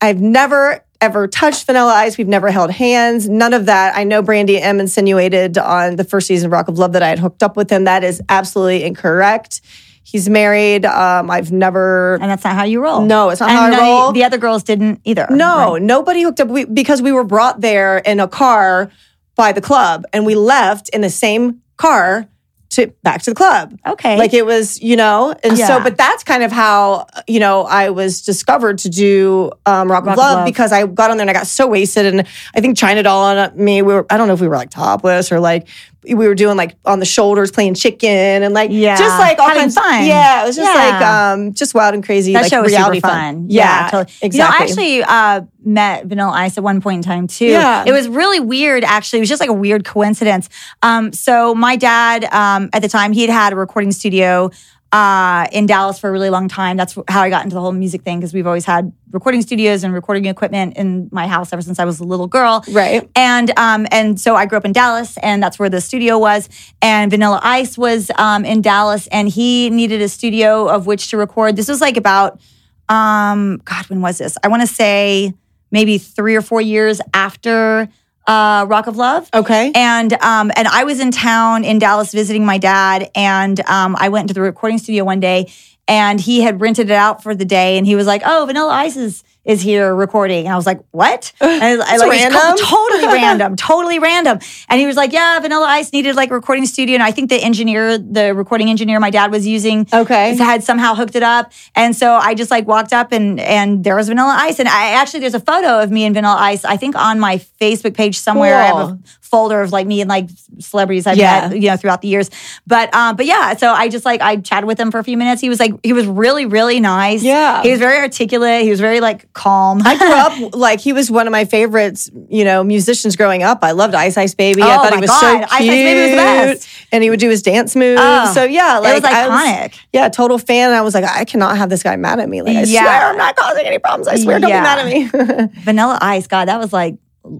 I've never ever touched Vanilla Ice. We've never held hands. None of that. I know Brandy M insinuated on the first season of Rock of Love that I had hooked up with him. That is absolutely incorrect. He's married. Um, I've never. and that's not how you roll. No, it's not and how I none of the- roll. The other girls didn't either. No, right? nobody hooked up we, because we were brought there in a car by the club, and we left in the same car to back to the club. Okay. Like it was, you know, and Yeah. so, but that's kind of how, you know, I was discovered to do um, Rock, Rock of of Love, Love. because I got on there and I got so wasted. And I think China Doll on me, we were, I don't know if we were like topless or like, we were doing like on the shoulders playing chicken and like, Yeah. just like all Having kinds, fun. Yeah. It was just like, Yeah. um, just wild and crazy. that like show was super reality fun. Yeah. totally. Exactly. You know, I actually uh, met Vanilla Ice at one point in time too. Yeah. It was really weird. Actually, it was just like a weird coincidence. Um, so my dad um, at the time he had had a recording studio. Uh, in Dallas for a really long time. That's how I got into the whole music thing because we've always had recording studios and recording equipment in my house ever since I was a little girl. Right. And um, and so I grew up in Dallas, and that's where the studio was. And Vanilla Ice was um, in Dallas, and he needed a studio of which to record. This was like about, um, God, when was this? I want to say maybe three or four years after uh, Rock of Love. Okay. And um, and I was in town in Dallas visiting my dad, and um, I went to the recording studio one day, and he had rented it out for the day, and he was like, "Oh, Vanilla Ice is is here recording," and I was like, [laughs] "What?" And I, I It's like, it's random. [laughs] totally [laughs] random, totally random. And he was like, "Yeah, Vanilla Ice needed like a recording studio, and I think the engineer, the recording engineer my dad was using, Okay. had somehow hooked it up." And so I just like walked up, and and there was Vanilla Ice, and I actually there's a photo of me and Vanilla Ice, I think on my Facebook page somewhere. I have Cool. a folder of like me and like celebrities I've Yeah. met, you know, throughout the years. But um, but yeah, so I just like I chatted with him for a few minutes. He was like he was really, really nice. Yeah. He was very articulate. He was very like calm. I grew up like he was one of my favorites, you know, musicians growing up. I loved Ice Ice Baby. I Oh thought my he was God, so Ice cute. Ice Baby was the best. and he would do his dance moves. Oh, so yeah, [laughs] like it was I iconic. yeah, total fan. And I was like, I cannot have this guy mad at me. Like, I Yeah. swear I'm not causing any problems. I swear, don't Yeah. be mad at me. Vanilla Ice, God, that was like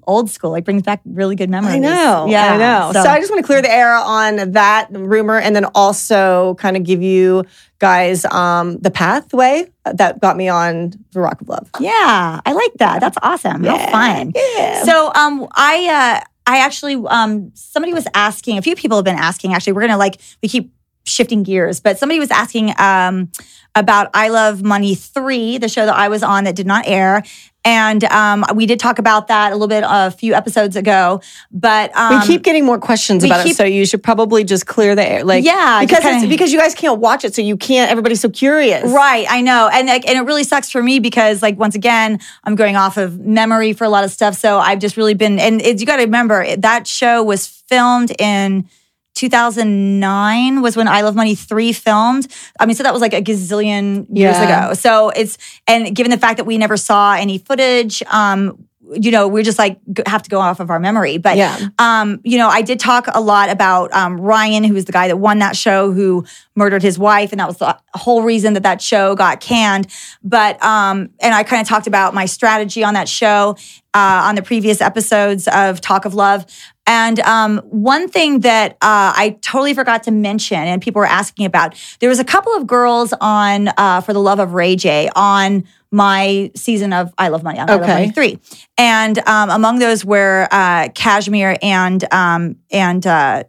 old school. Like brings back really good memories. [laughs] I know. Yeah, I know. So, So, I just want to clear the air on that rumor and then also kind of give you guys um, the pathway that got me on The Rock of Love. yeah, I like that. That's awesome. How Yeah. fun. Yeah. So um I uh I actually um somebody was asking, a few people have been asking actually. We're gonna like we keep shifting gears, but somebody was asking um about I Love Money 3, the show that I was on that did not air. And um, we did talk about that a little bit a few episodes ago, but um, we keep getting more questions we about keep- it, so you should probably just clear the air. Like, Yeah, just because it's, kinda- because you guys can't watch it, so you can't. Everybody's so curious, Right, I know, and like, and it really sucks for me because, like, once again, I'm going off of memory for a lot of stuff. So I've just really been, and it, you got to remember it- that show was filmed in 2009 was when I Love Money three filmed. I mean, so that was like a gazillion years Yeah. ago. So it's and given the fact that we never saw any footage, um, you know, we're just like g- have to go off of our memory, but Yeah. um, you know, I did talk a lot about um, Ryan, who was the guy that won that show, who murdered his wife, and that was the whole reason that that show got canned. But um, and I kind of talked about my strategy on that show uh, on the previous episodes of Talk of Love. And um, one thing that uh, I totally forgot to mention, and people were asking about, there was a couple of girls on uh, for the love of Ray J on my season of I Love Money on I Love Okay. Money three, and um, among those were uh, Cashmere and um, and uh,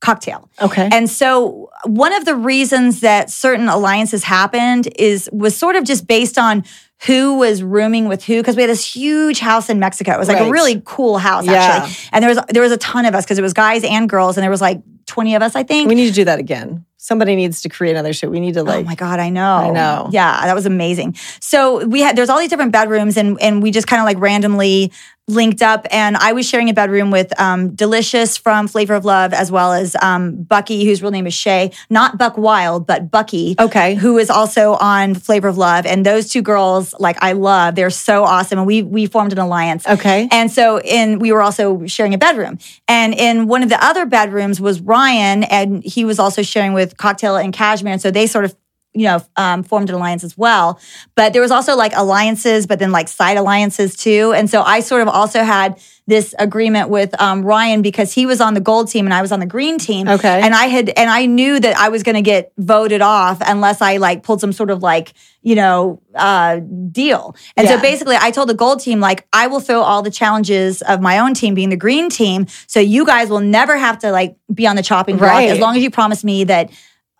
Cocktail. Okay. And so one of the reasons that certain alliances happened is was sort of just based on who was rooming with who because we had this huge house in Mexico. It was like a Right. really cool house Yeah. actually. And there was there was a ton of us because it was guys and girls and there was like 20 of us I think. we need to do that again. Somebody needs to create another show. We need to like. Oh my god, I know. I know. Yeah, that was amazing. So we had there's all these different bedrooms, and and we just kind of like randomly linked up. And I was sharing a bedroom with um, Delicious from Flavor of Love, as well as um, Bucky, whose real name is Shay, not Buck Wild, but Bucky. [laughs] Okay. who is also on Flavor of Love. And those two girls, like I love, they're so awesome, and we we formed an alliance. Okay. And so in we were also sharing a bedroom. And in one of the other bedrooms was Ryan and he was also sharing with Cocktail and Cashmere. And so they sort of you know, um, formed an alliance as well. But there was also like alliances, but then like side alliances too. And so I sort of also had this agreement with um, Ryan because he was on the gold team and I was on the green team. Okay. And I had, and I knew that I was going to get voted off unless I like pulled some sort of like, you know, uh, deal. And so Yeah. basically, basically I told the gold team like I will throw all the challenges of my own team being the green team so you guys will never have to like be on the chopping block Right. as long as you promise me that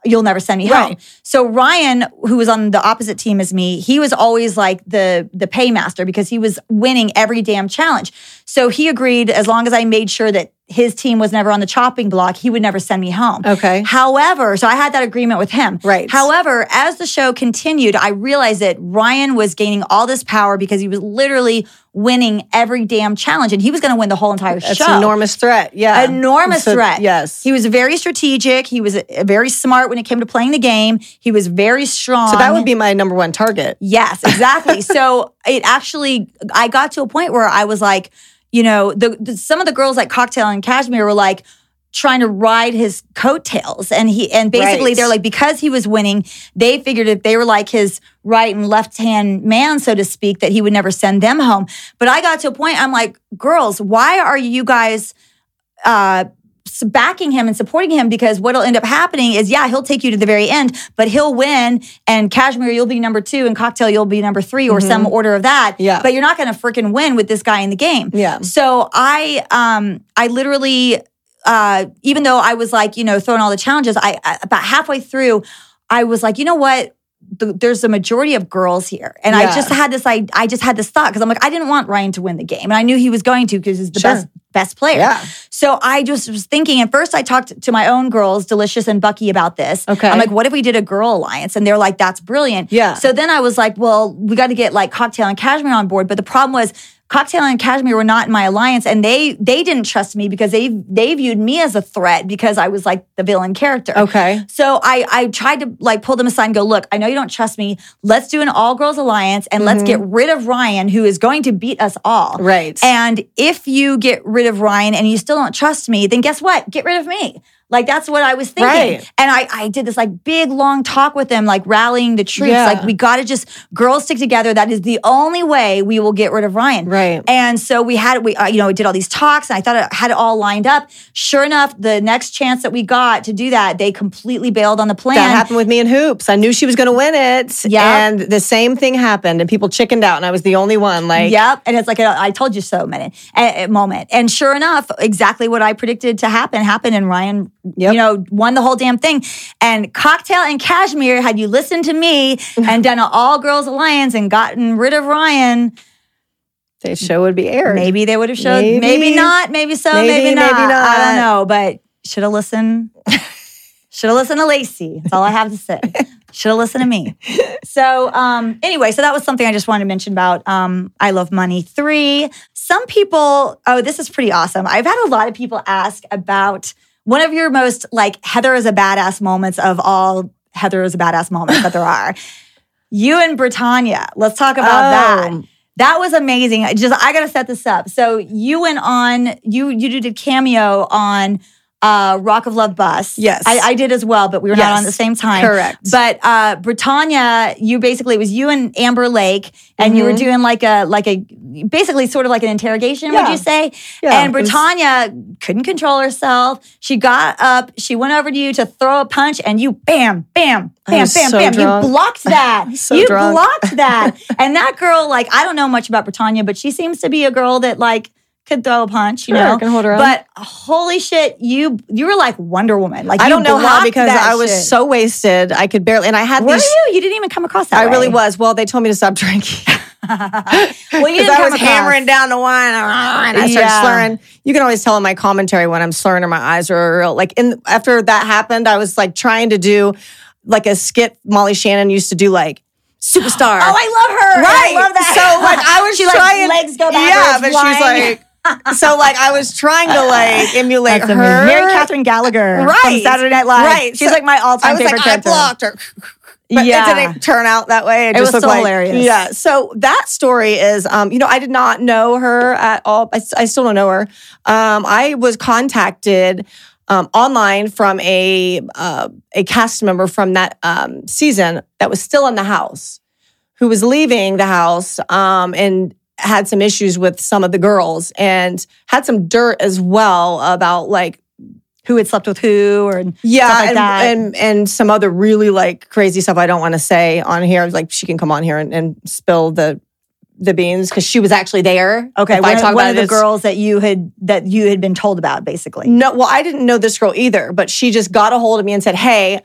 you'll never send me home. Right. So Ryan who was on the opposite team as me, he was always like the the paymaster because he was winning every damn challenge. So he agreed as long as I made sure that his team was never on the chopping block, he would never send me home. Okay. However, so I had that agreement with him. Right. However, as the show continued, I realized that Ryan was gaining all this power because he was literally winning every damn challenge and he was going to win the whole entire That's show. an enormous threat. Yeah. Enormous So- threat. Yes. He was very strategic. He was uh, very smart when it came to playing the game. He was very strong. so that would be my number one target. Yes, exactly. so it actually, I got to a point where I was like, you know, the, the some of the girls like Cocktail and Cashmere were like trying to ride his coattails, and he and basically Right. they're like because he was winning, they figured if they were like his right and left hand man, so to speak, that he would never send them home. But I got to a point, I'm like, girls, why are you guys? uh, s- backing him and supporting him because what'll end up happening is, yeah, he'll take you to the very end, but he'll win. And Cashmere, you'll be number two, and Cocktail, you'll be number three, or some order of that. Yeah. But you're not going to freaking win with this guy in the game. Yeah. So I, um, I literally, uh, even though I was like, you know, throwing all the challenges, I, I about halfway through, I was like, you know what? Th- There's a majority of girls here, and I Yeah. just had this. I I just had this thought because I'm like, I didn't want Ryan to win the game, and I knew he was going to because he's the Sure. best best player. Yeah. So I just was thinking, and first I talked to my own girls, Delicious and Bucky, about this. Okay. I'm like, what if we did a girl alliance? And they're like, that's brilliant. Yeah. So then I was like, well, we got to get like Cocktail and Cashmere on board. But the problem was, Cocktail and Cashmere were not in my alliance, and they they didn't trust me because they they viewed me as a threat because I was like the villain character. Okay. So I I tried to like pull them aside and go, look, I know you don't trust me. Let's do an all girls alliance and let's get rid of Ryan, who is going to beat us all. Mm-hmm. Right. And if you get rid of Ryan and you still don't trust me, then guess what? Get rid of me. Like that's what I was thinking. Right. And I, I did this like big long talk with them, like rallying the troops. Yeah. Like we gotta just girls stick together. That is the only way we will get rid of Ryan. Right. And so we had we uh, you know we did all these talks and I thought I had it all lined up. Sure enough, the next chance that we got to do that, they completely bailed on the plan. That happened with me in hoops. I knew she was going to win it. Yep. And the same thing happened, and people chickened out, and I was the only one. Like, Yep, and it's like a, I told you so minute a, a moment, and sure enough, exactly what I predicted to happen happened, and Ryan, Yep. you know, won the whole damn thing. And cocktail and cashmere, had you listened to [laughs] me and done an all girls alliance and gotten rid of Ryan, the show would be aired. maybe they would have showed. Maybe. Maybe, not. Maybe so. Maybe, Maybe, maybe not. I not. don't know, but should have listened. [laughs] should have listened to Lacey. That's all I have to say. Should have listened to me. So um, anyway, so that was something I just wanted to mention about um, I Love Money 3. Some people, oh, this is pretty awesome. I've had a lot of people ask about one of your most like Heather is a badass moments of all Heather is a badass moments that there are. You and Britannia. Let's talk about Oh. that. That was amazing. I Just I gotta set this up. So you went on you you did a cameo on uh Rock of Love Bus. Yes. I, I did as well, but we were Yes. not on at the same time. Correct. But uh Britannia, you basically it was you and Amber Lake, and you were Mhm. doing like a like a basically sort of like an interrogation, Yeah. would you say? Yeah, and it was- Britannia couldn't control herself. She got up, she went over to you to throw a punch, and you bam, bam, I bam, was bam, so bam. drunk. You blocked [laughs] that. So you drunk. [laughs] blocked that. and that girl, like, I don't know much about Britannia, but she seems to be a girl that like could throw a punch, you Sure, know. can hold her own. But holy shit, you you were like Wonder Woman. Like I you don't know how blocked because that I was shit. so wasted. I could barely, and I had Were these. you? You didn't even come across that. I way. really was. Well, they told me to stop [laughs] drinking Well, [laughs] you because didn't I come was across. hammering down the wine, uh, and I started Yeah. slurring. You can always tell in my commentary when I'm slurring or my eyes are real. Like, in after that happened, I was like trying to do like a skit Molly Shannon used to do, like superstar. [gasps] Oh, I love her. Right. I love that. So like I was [laughs] she trying, like legs go yeah, backwards. but flying. she's like, so like I was trying to like [laughs] emulate That's her. amazing. Mary Catherine Gallagher from Right. Saturday Night Live. Right. She's So like my I all-time was favorite like, I character. blocked her. [laughs] But Yeah. it didn't turn out that way. It just was looked so like- hilarious. Yeah. So that story is, um, you know, I did not know her at all. I, s- I still don't know her. Um, I was contacted um, online from a uh, a cast member from that um, season that was still in the house, who was leaving the house um, and had some issues with some of the girls and had some dirt as well about like Who had slept with who or yeah, stuff like and, that. and and some other really like crazy stuff I don't want to say on here. Like she can come on here and, and spill the the beans because she was actually there. Okay, if one, I of- talk one of about it, the it's- girls that you had that you had been told about, basically. No, well, I didn't know this girl either, but she just got a hold of me and said, "Hey,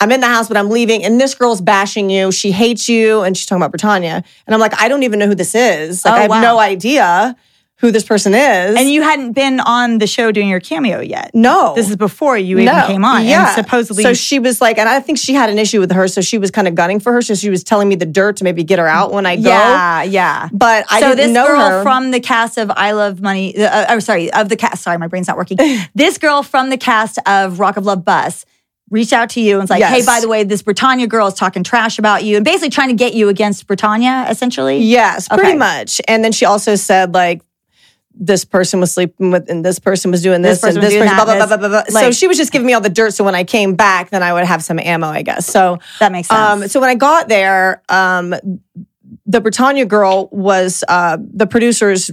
I'm in the house, but I'm leaving, and this girl's bashing you. She hates you, and she's talking about Britannia." And I'm like, I don't even know who this is. Like, Oh, I have wow. no idea who this person is. And you hadn't been on the show doing your cameo yet. no, This is before you even No, came on. Yeah. And supposedly So she was like, and I think she had an issue with her. So she was kind of gunning for her. So she was telling me the dirt to maybe get her out when I go. Yeah, yeah. But I so didn't this know girl her. from the cast of I Love Money. Uh, I'm sorry, of the cast. Sorry, my brain's not [laughs] working. this girl from the cast of Rock of Love Bus reached out to you and was like, Yes. "Hey, by the way, this Britannia girl is talking trash about you and basically trying to get you against Britannia, essentially." Yes, pretty Okay. much. And then she also said like this person was sleeping with and this person was doing This this, and person was this doing person, blah, that, blah, blah, blah, this- blah, blah. so like- she was just giving me all the dirt. So when I came back, then I would have some ammo, I guess. So That makes sense. Um, so when I got there, um, the Britannia girl was uh, the producers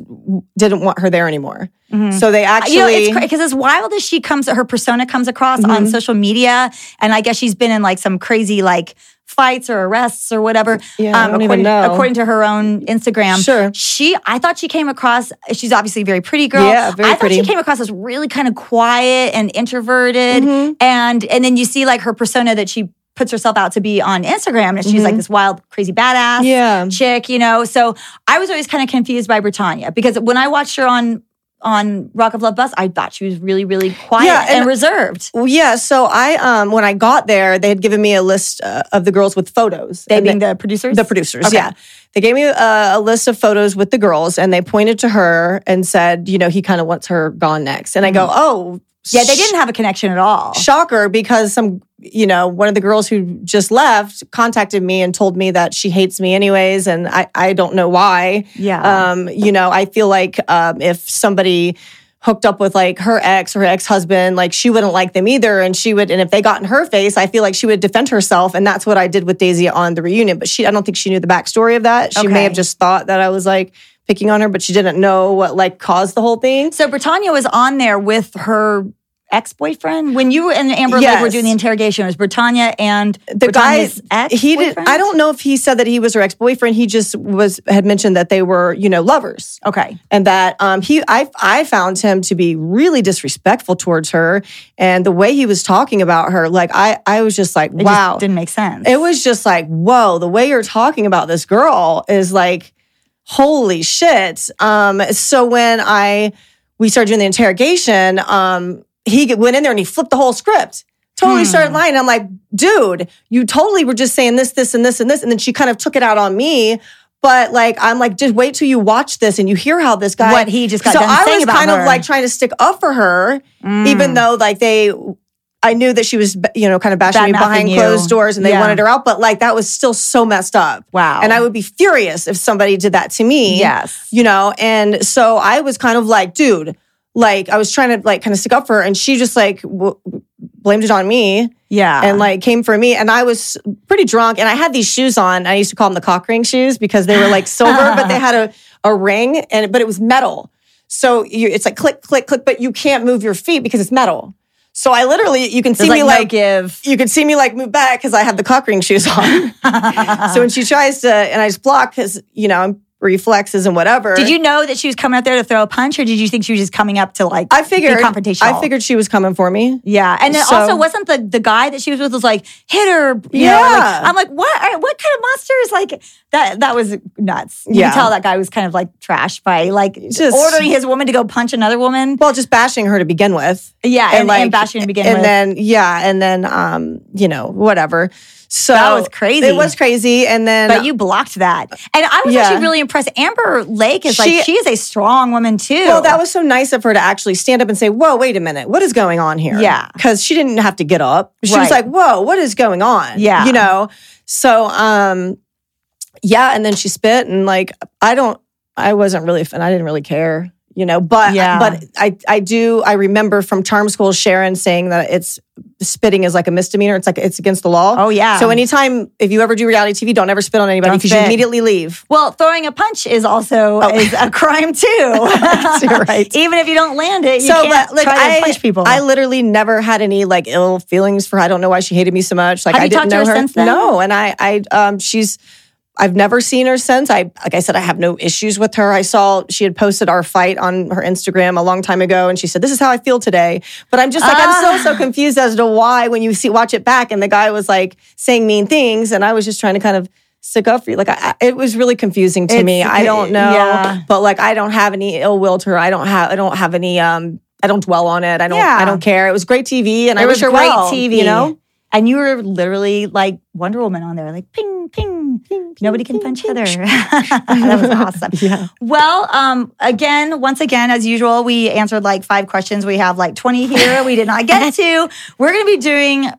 didn't want her there anymore. So they actually Mm-hmm. you know, it's because as wild as she comes, her persona comes across Mm-hmm. on social media, and I guess she's been in like some crazy like fights or arrests or whatever. um, Yeah, I don't even according, know. according to her own Instagram, Sure. She, I thought she came across. She's obviously a very pretty girl. Yeah, very I thought pretty. she came across as really kind of quiet and introverted, Mm-hmm. and and then you see like her persona that she puts herself out to be on Instagram, and she's Mm-hmm. like this wild, crazy badass Yeah. chick, you know. So I was always kind of confused by Britannia because when I watched her on on Rock of Love Bus, I thought she was really, really quiet Yeah, and, and- reserved. Well, yeah. So I, um, when I got there, they had given me a list uh, of the girls with photos. They And being the producers, the producers. Yeah, they gave me uh, a, a list of photos with the girls, and they pointed to her and said, "You know, he kind of wants her gone next." And I go, "Oh, Mm-hmm. yeah, they [laughs] didn't have a connection at all. shocker because some you know one of the girls who just left contacted me and told me that she hates me anyways and i, I don't know why Yeah. um you know i feel like um if um, somebody hooked up with like her ex or her ex-husband, like she wouldn't like them either. And she would, and if they got in her face, I feel like she would defend herself. And that's what I did with Daisy on the reunion. But she I don't think she knew the backstory of that. She may Okay. have just thought that I was like picking on her, but she didn't know what like caused the whole thing. So Britannia was on there with her ex boyfriend when you and Amber Lid were Yes. doing the interrogation. It was Britannia and The Britannia's guy ex. he did I don't know if he said that he was her ex-boyfriend. He just was had mentioned that they were, you know, lovers. Okay. and that um, he I, I found him to be really disrespectful towards her and the way he was talking about her like i i was just like It wow Just didn't make sense. it was just like whoa the way you're talking about this girl is like holy shit um so when i we started doing the interrogation um he get- went in there and he flipped the whole script totally Hmm. started lying i'm like dude you totally were just saying this this and this and this and then she kind of took it out on me but like i'm like just wait till you watch this and you hear how this guy what he just got so done I saying was about kind her. of like trying to stick up for her, Mm. even though like they, I knew that she was you know kind of bashing me Bad-mouthing behind you. closed doors, and they Yeah. wanted her out. But like that was still so messed up, wow. and I would be furious if somebody did that to me. yes. you know, and so I was kind of like, dude, like I was trying to like kind of stick up for her, and she just like w- blamed it on me Yeah. and like came for me. And I was pretty drunk and I had these shoes on. I used to call them the cock ring shoes because they were [laughs] like silver, but they had a, a ring and but it was metal. So you, it's like click, click, click, but you can't move your feet because it's metal. So I literally, you can see There's like, me no like, give. you can see me like move back because I have the cock ring [laughs] shoes on. Uh-huh. [laughs] so when she tries to, and I just block because, you know, I'm reflexes and whatever. Did you know that she was coming up there to throw a punch, or did you think she was just coming up to like I figured, be confrontational? I figured she was coming for me. Yeah, and then So- also wasn't the the guy that she was with was like hit her? you know, like- Yeah. I'm like, what? Are, what kind of monster is like that? That was nuts. You Yeah. could tell that guy was kind of like trashed by like Just- ordering his woman to go punch another woman. Well, just bashing her to begin with. Yeah, and, and, like, bashing to begin and with. then yeah, and then um, you know, whatever. So That was crazy. It was crazy, and then but you blocked that, and I was Yeah. actually really impressed. Amber Lake is She- like she is a strong woman too. well, that was so nice of her to actually stand up and say, "Whoa, wait a minute, what is going on here?" Yeah. because she didn't have to get up. She was Right. like, "Whoa, what is going on?" Yeah. you know. So um, yeah, and then she spit, and like I don't, I wasn't really, fin- I didn't really care. You know, but Yeah. but I I do I remember from charm school Sharon saying that it's spitting is like a misdemeanor. It's like it's against the law. oh yeah. So anytime if you ever do reality TV, don't ever spit on anybody Don't because you spit. immediately leave. well, throwing a punch is also is [laughs] a crime too. You're right. [laughs] Even if you don't land it, you can't try to I, punch people. I literally never had any like ill feelings for. I don't know why she hated me so much. Like Have I you didn't talked to know her since then? No, and I, I, um, she's. I've never seen her since. I like I said, I have no issues with her. I saw she had posted our fight on her Instagram a long time ago, and she said, "This is how I feel today." But I'm just like I'm Ah. so so confused as to why when you see watch it back and the guy was like saying mean things, and I was just trying to kind of stick up for you. Like I, I- it was really confusing to me. It's- I don't know, yeah. but like I don't have any ill will to her. I don't have I don't have any um I don't dwell on it. I don't Yeah. I don't care. It was great TV and I It wish was her great well, TV, You know, And you were literally like Wonder Woman on there, like ping, ping. Nobody can punch Heather. [laughs] that was awesome. [laughs] Yeah. Well, um, again, once again, as usual, we answered like five questions. We have like 20 here we did not [laughs] get to. We're going to be doing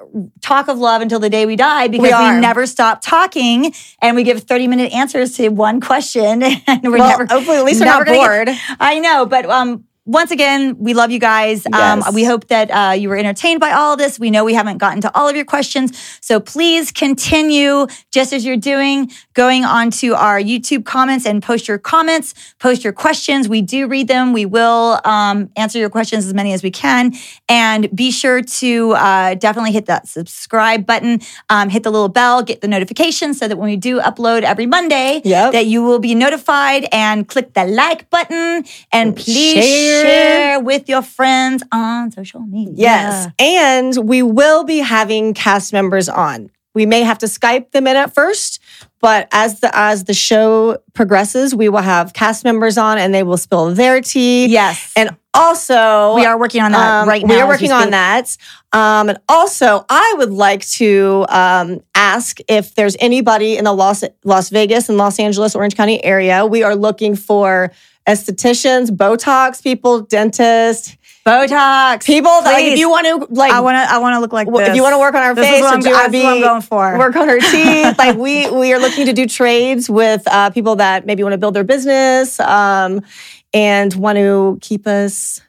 Talk of Love until the day we die because we, are. never stop talking and we give 30 minute answers to one question. [laughs] And we're Well, never, hopefully at least we're never not gonna get- bored. I know, but um, once again, we love you guys. Um, Yes. we hope that uh, you were entertained by all of this. We know we haven't gotten to all of your questions, so please continue just as you're doing, going onto our YouTube comments and post your comments, post your questions. We do read them. We will um, answer your questions as many as we can, and be sure to uh, definitely hit that subscribe button, um, hit the little bell, get the notification, so that when we do upload every Monday, Yep. that you will be notified and click the like button and please Share. share, with your friends on social media. Yes. And we will be having cast members on. We may have to Skype them in at first, but as the as the show progresses, we will have cast members on and they will spill their tea. Yes. And also we are working on that um, right now. We are as working speak. on that. Um, and also, I would like to um, ask if there's anybody in the Las, Las Vegas and Los Angeles, Orange County area. We are looking for estheticians, Botox people, dentists, Botox. people that like, if Please. you want to like. I want to I want to look like w- this. if you want to work on our This is face, what or I'm- do this our is what I'm be- going for. Work on our teeth. like we we are looking to do trades with uh, people that maybe want to build their business um, and want to keep us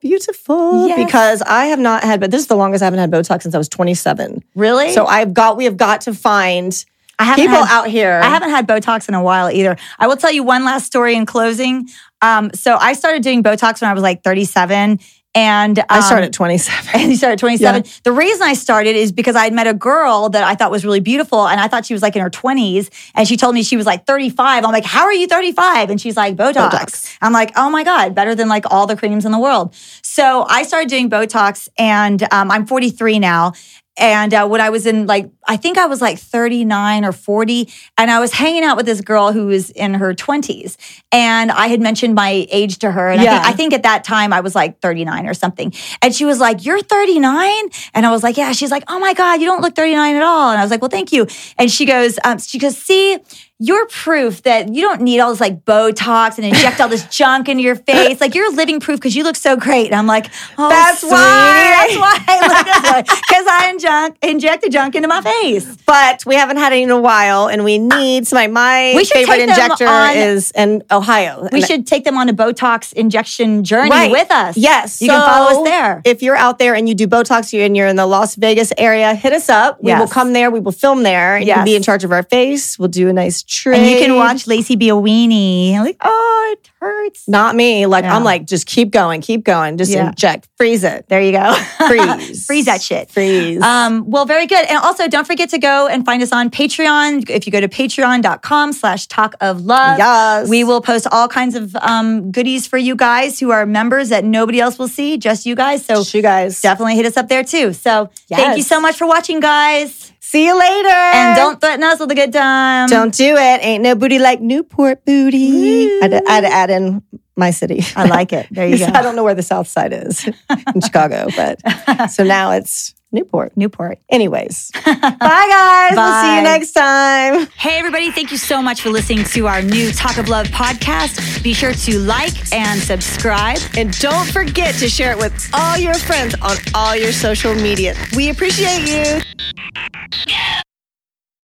beautiful Yes. because I have not had, but this is the longest I haven't had Botox since I was 27. Really? So I've got, we have got to find I haven't people had- out here. I haven't had Botox in a while either. I will tell you one last story in closing. Um, so I started doing Botox when I was like 37, and I um, started at 27. [laughs] and you started at 27. The reason I started is because I had met a girl that I thought was really beautiful and I thought she was like in her 20s and she told me she was like 35. I'm like, "How are you 35?" And she's like, "Botox." Botox. I'm like, "Oh my god, better than like all the creams in the world." So, I started doing Botox and um, I'm 43 now. And uh, when I was in like, I think I was like 39 or 40, and I was hanging out with this girl who was in her 20s. And I had mentioned my age to her. And I, Yeah. think, I think at that time I was like 39 or something. And she was like, You're 39? And I was like, Yeah. She's like, Oh my God, you don't look 39 at all. And I was like, Well, thank you. And she goes, um, She goes, See, you're proof that you don't need all this like Botox and inject all this [laughs] junk into your face. Like you're living proof because you look so great. And I'm like, oh, That's sweetie, why. That's [laughs] why I look this way because I injunct, injected junk into my face. [laughs] but we haven't had it in a while, and we need somebody. My We should favorite take them injector on- is in Ohio. We And- should take them on a Botox injection journey Right. with us. Yes, You can follow So, us there. If you're out there and you do Botox, you and you're in the Las Vegas area, hit us up. We Yes. will come there. We will film there. You Yes. can be in charge of our face. We'll do a nice trade. And you can watch Lacey be a weenie. I'm like, oh, it hurts. Not me. Like Yeah. I'm like, just keep going, keep going, just Yeah. inject, freeze it, There you go. freeze, [laughs] Freeze that shit. freeze. Um, well, very good. And also don't forget to go and find us on Patreon. If you go to patreon.com slash talk of love, yes, we will post all kinds of um, goodies for you guys who are members that nobody else will see, just you guys. So you guys. definitely hit us up there too. So thank Yes. you so much for watching, guys. See you later. And don't threaten us with a good time. Don't do it. Ain't no booty like Newport booty. I'd, I'd add in my city. [laughs] I like it. There you [laughs] I go. don't know where the South Side is in Chicago, but so now it's Newport. Newport. [laughs] Anyways, bye guys. We'll see Bye. you next time. Hey, everybody, thank you so much for listening to our new Talk of Love podcast. Be sure to like and subscribe. And don't forget to share it with all your friends on all your social media. We appreciate you.